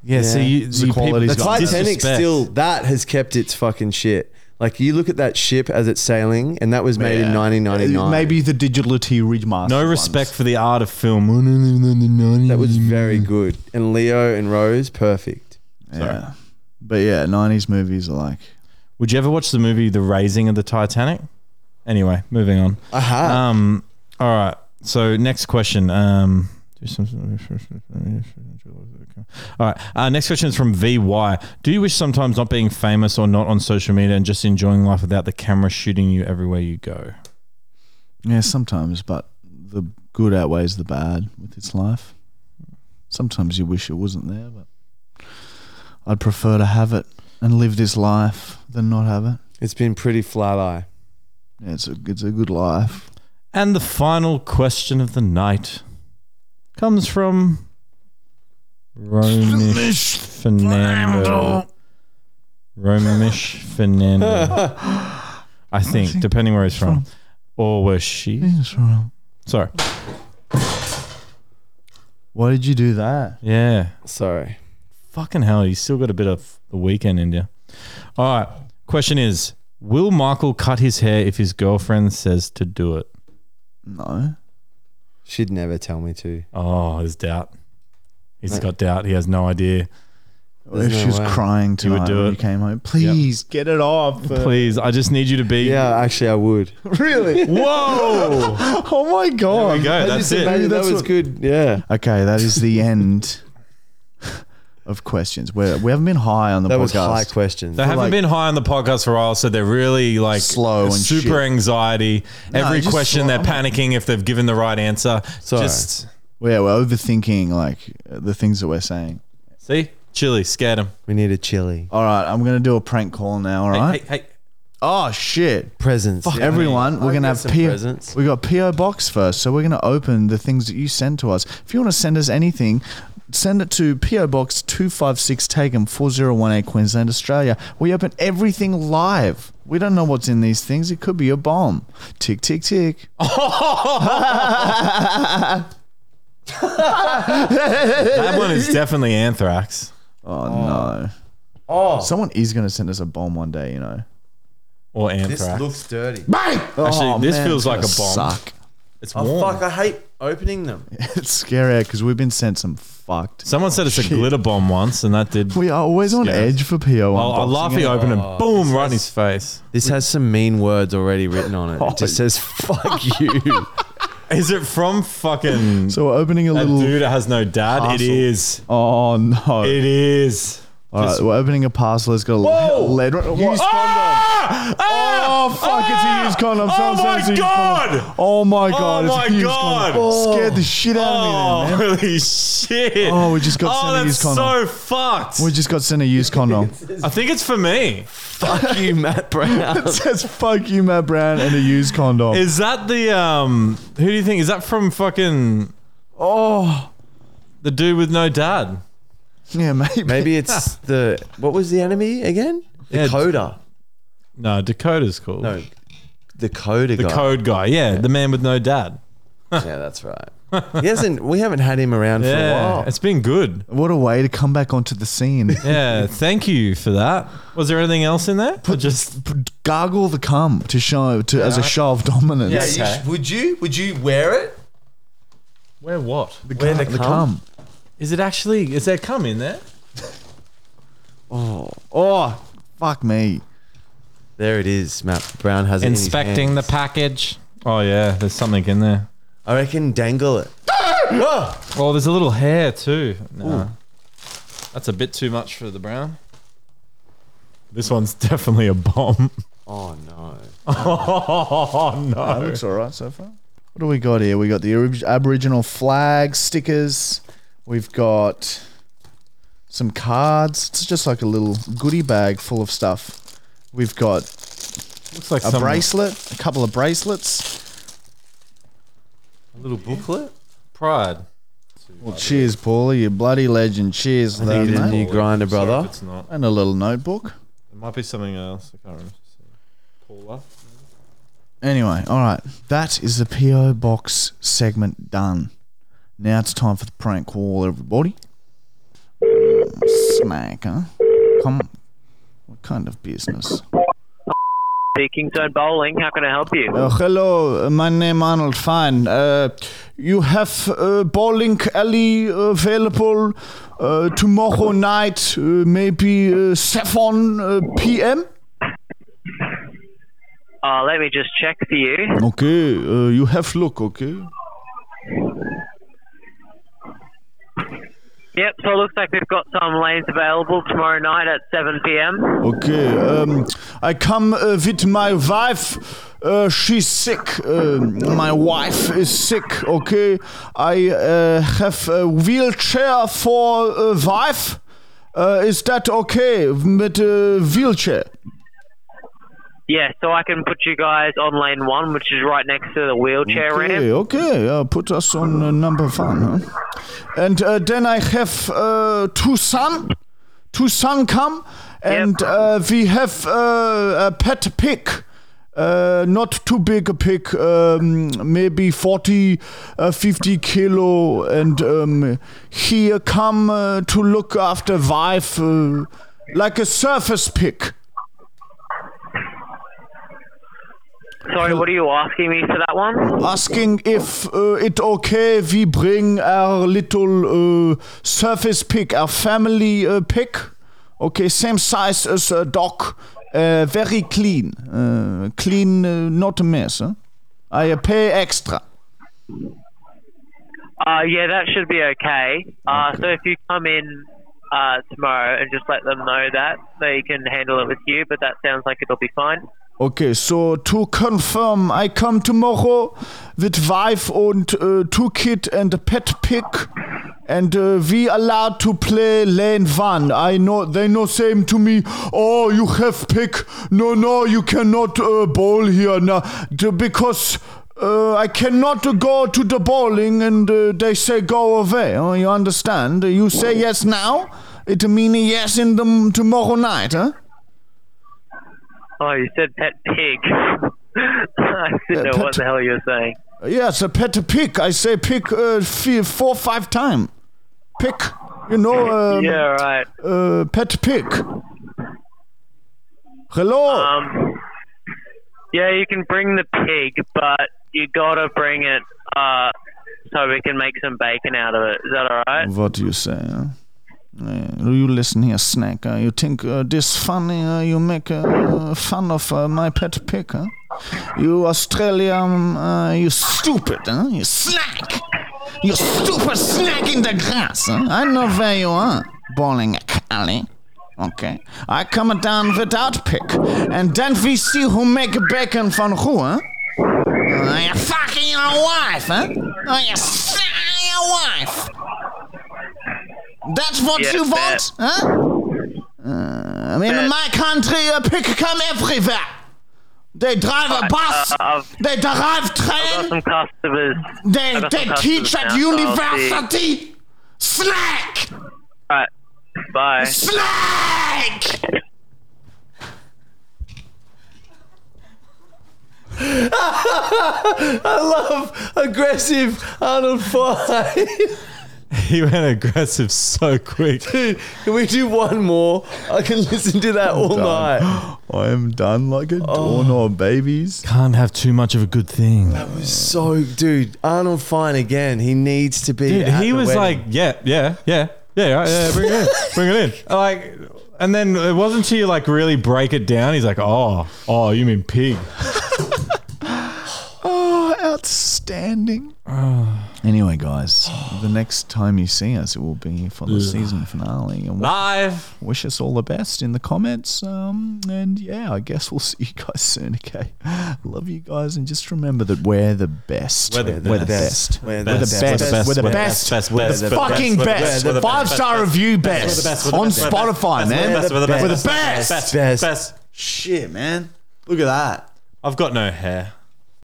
S3: Yeah, so
S2: Yeah.
S3: you,
S1: The
S3: you
S1: quality's
S3: that's
S1: gone.
S2: Titanic
S3: disrespect.
S2: still that has kept its fucking shit. Like you look at that ship as it's sailing, and that was made in
S1: Yeah.
S2: 1999.
S1: Maybe the Digitality Ridgemaster.
S3: no
S1: ones.
S3: respect for the art of film.
S2: that was very good. And Leo and Rose, perfect.
S1: Yeah, but yeah, '90s movies are like
S3: Would you ever watch the movie The Raising of the Titanic? Anyway, moving on.
S2: I have.
S3: Um, all right. So next question. Um, all right. Uh, next question is from VY. Do you wish sometimes not being famous or not on social media and just enjoying life without the camera shooting you everywhere you go?
S1: yeah, sometimes, but the good outweighs the bad with its life. Sometimes you wish it wasn't there, but I'd prefer to have it and live this life than not have it.
S2: it's been pretty flat eye.
S1: Yeah, it's a it's a good life.
S3: And the final question of the night comes from Romish Fernando. Romish Fernando. I think, depending where he's from. Or where she.
S1: Yes, Ronald.
S3: Sorry.
S1: Why did you do that?
S3: Yeah.
S2: Sorry.
S3: Fucking hell, you still got a bit of the weekend in you. All right. Question is Will Michael cut his hair if his girlfriend says to do it?
S1: No.
S2: She'd never tell me to.
S3: Oh, there's doubt. He's got doubt. He has no idea.
S1: What if
S2: no
S1: she was
S2: way.
S1: crying
S3: You would
S1: tonight
S3: do
S1: when
S3: it.
S1: you came home? Please get it off.
S3: Please, I just need you to be.
S2: Yeah, actually, I would.
S1: really?
S3: Whoa!
S1: oh my god.
S3: there we go. That's it.
S2: Maybe that
S1: that's
S2: was
S1: what-
S2: good. Yeah.
S1: Okay, that is the end of questions. We're, we haven't been high on the
S2: That
S1: podcast.
S2: was high question.
S3: They haven't
S1: like-
S3: been high on the podcast for a while, so they're really like
S1: Slow and
S3: super
S1: shit.
S3: anxiety. Every
S1: just
S3: question,
S1: slow.
S3: they're panicking if they've given the right answer.
S2: Sorry.
S3: Just
S1: yeah, we're overthinking like the things that we're saying.
S3: see, chilly, scared him.
S2: We need a chili.
S1: All right, I'm gonna do a prank call now. All right.
S3: Hey, hey, hey.
S1: Oh shit.
S2: Presents.
S1: Fuck everyone, we're
S2: I
S1: gonna
S2: get
S1: have
S2: some
S1: PO.
S2: presents.
S1: We got PO box first, so we're gonna open the things that you send to us. If you want to send us anything, send it to PO Box two five six Tagum four zero one eight Queensland, Australia. We open everything live. We don't know what's in these things. It could be a bomb. Tick tick tick.
S3: Oh. That one is definitely anthrax.
S1: Oh, no.
S2: Oh,
S1: Someone is gonna send us a bomb one day. You know.
S3: Or
S2: this
S3: anthrax.
S2: looks dirty.
S3: Actually, this feels
S1: Oh, it's
S3: like
S1: gonna
S3: a bomb.
S1: Suck.
S3: it's warm.
S2: Oh, fuck. I hate opening them.
S1: It's scary because we've been sent some fucked.
S3: Someone said it's a glitter bomb once, and that did.
S1: We Oh, are always on
S3: Scary.
S1: edge for PO.
S3: I'll, I'll
S1: unboxing.
S3: laugh you open and boom, right in his face.
S2: This has some mean words already written on it. It just says, fuck you.
S3: Is it from fucking
S1: So we're opening a
S3: that
S1: little.
S3: dude that has no dad? It is.
S1: Oh no!
S3: It is.
S1: All right, we're opening a parcel. It's got a
S3: Whoa!
S1: lead. Used condom.
S3: Ah! Ah!
S1: Oh fuck! It's a used condom.
S3: Oh
S1: Someone said it's a
S3: my
S1: used condom.
S3: god!
S1: Oh my god!
S3: my
S1: it's a used
S3: God.
S1: Condom. Scared the shit out of
S3: Oh,
S1: me. Then, man.
S3: holy shit!
S1: Oh, we just got
S3: Oh,
S1: sent a
S3: that's
S1: used condom.
S3: so fucked.
S1: We just got sent a used condom. it
S3: I think it's for me.
S2: fuck you, Matt Brown.
S1: says "fuck you, Matt Brown" and a used condom.
S3: Is that the um? Who do you think is that from? Fucking
S1: oh
S3: the dude with no dad.
S1: yeah, maybe.
S2: Maybe it's the, what was the enemy again?
S3: Yeah,
S2: The coder.
S3: No, Dakota's cool.
S2: No, the coder
S3: the
S2: guy.
S3: code guy. Yeah, the man with no dad.
S2: Yeah, that's right. He hasn't, we haven't had him around for a
S3: Yeah,
S2: while.
S3: it's been good.
S1: What a way to come back onto the scene.
S3: Yeah, thank you for that. Was there anything else in there? Or just
S1: Gargle the cum to show to as a show of dominance.
S3: Yeah, you Okay.
S2: would you? Would you wear it?
S3: where what?
S2: Wear the,
S1: the cum.
S3: Is it actually? Is there cum in there?
S1: Oh fuck me.
S2: There it is. Matt Brown has it in his
S3: Inspecting the
S2: hands.
S3: package. Oh yeah, there's something in there.
S2: I reckon dangle it.
S3: Oh, there's a little hair too. No. That's a bit too much for the brown. This one's definitely a bomb.
S2: Oh no.
S3: oh no.
S1: That looks all right so far. What do we got here? We got the orig- Aboriginal flag stickers. We've got some cards. It's just like a little goodie bag full of stuff. We've got
S3: Looks like
S1: a
S3: some
S1: bracelet, a couple of bracelets.
S3: little booklet. Pride.
S1: Well, cheers, Paulie. You bloody legend. Cheers,
S2: I need
S1: though,
S2: a
S1: mate.
S2: new grinder,
S3: Sorry if
S2: brother.
S3: it's not.
S1: And a little notebook.
S3: It might be something else. I can't remember. Paula.
S1: Anyway, all right. That is the PO box segment done. Now it's time for the prank call, everybody. Smack, huh? Come. What kind of business?
S6: The Kingston Bowling, how can I help you?
S1: Uh, hello, uh, my name Arnold Fine. Uh, you have uh, bowling alley available uh, tomorrow night, uh, maybe uh, 7 uh, p.m.
S6: Uh, let me just check for you.
S1: Okay, uh, you have look, okay?
S6: Yep, so it looks like we've got some lanes available tomorrow night at 7 p.m.
S1: Okay, um, I come uh, with my wife. Uh, she's sick. Um my wife is sick. Okay, I uh, have a wheelchair for uh, wife. Uh, is that okay with a wheelchair?
S6: Yeah, so I can put you guys on lane one, which is right next to the wheelchair
S1: Okay,
S6: ramp.
S1: okay. Uh, put us on uh, number one. Huh? And uh, then I have uh, two son, two son come, and uh, we have uh, a pet pig. Uh, not too big a pig, um, maybe 40, uh, 50 kilo, and um, he uh, come uh, to look after wife uh, like a surface pig.
S6: Sorry, what are you asking me for that one?
S1: asking if uh, it okay we bring our little uh, surface pig, our family uh, pig. Okay, same size as a dog. Uh, very clean. Uh, clean, uh, not a mess. Huh? I uh, pay extra.
S6: Uh, yeah, that should be okay. Uh, so if you come in uh, tomorrow and just let them know that, they can handle it with you, but that sounds like it'll be fine.
S1: Okay, so to confirm, I come tomorrow with wife and uh, two kid and a pet pig, and uh, we allowed to play lane one. I know they no same to me. Oh, you have pig? No, no, you cannot uh, bowl here now d- because uh, I cannot uh, go to the bowling, and uh, they say go away. Oh, you understand? You say yes now. It mean yes in the m- tomorrow night, huh?
S6: Oh, you said pet pig. I didn't know what the hell you were saying.
S1: Yes, a pet pick. I say pick uh, f- four, five time. Pick, you know, um,
S6: Yeah, right.
S1: uh, pet pick. Hello.
S6: Um, yeah, you can bring the pig, but you gotta bring it uh, so we can make some bacon out of it. Is that alright?
S1: what do you say? Huh? Uh, you listen here, snack. Uh, you think uh, this funny? Uh, you make uh, fun of uh, my pet pig? Huh? You Australian? Uh, you stupid? Huh? You snack? You stupid snack in the grass? Huh? I know where you are, bowling alley. Okay, I come down without pick, and then we see who make bacon from who, huh? Uh, you fucking your wife, huh? Oh, you fucking your wife. That's what
S6: Yeah,
S1: you
S6: fair.
S1: want, huh? Uh, I mean, in
S6: Fair.
S1: my country, a pig come everywhere. They drive a bus.
S6: uh, I've-
S1: they drive train.
S6: Got some customers.
S1: They
S6: I've got
S1: they
S6: some
S1: teach
S6: customers
S1: at
S6: now, so I'll
S1: university. Slack,
S6: Alright. Bye.
S1: slack.
S2: I love aggressive Arnold Five.
S3: He went aggressive so quick.
S2: Dude, can we do one more? I can listen to that all night.
S1: I am done like a doorknob, babies.
S3: Can't have too much of a good thing.
S2: So, dude, Arnold Fine again. He needs to be.
S3: Dude,
S2: at
S3: he
S2: the
S3: was
S2: wedding.
S3: like, yeah, yeah, yeah, yeah, right, yeah, bring it in, bring it in. Like, and then it wasn't till you like really break it down. He's like, oh, oh, you mean pig?
S1: Oh, outstanding.
S3: Ah.
S1: Anyway, guys, the next time you see us, it will be for the season finale. And w-
S3: Live.
S1: wish us all the best in the comments. Um, and yeah, I guess we'll see you guys soon, okay? Love you guys. And just remember that we're the best.
S3: We're the best.
S2: We're
S1: We're the best. We're the best.
S3: We're the
S1: The
S3: best.
S1: fucking
S3: We're the
S1: best.
S3: best. We're the best.
S1: Five star review best.
S3: best. We're the
S1: On
S3: best. We're the best.
S1: Spotify, man.
S2: We're the
S1: We're the
S2: best.
S1: best.
S3: Best.
S2: Best.
S3: Best.
S1: Shit, man. Look at that.
S3: I've got no hair.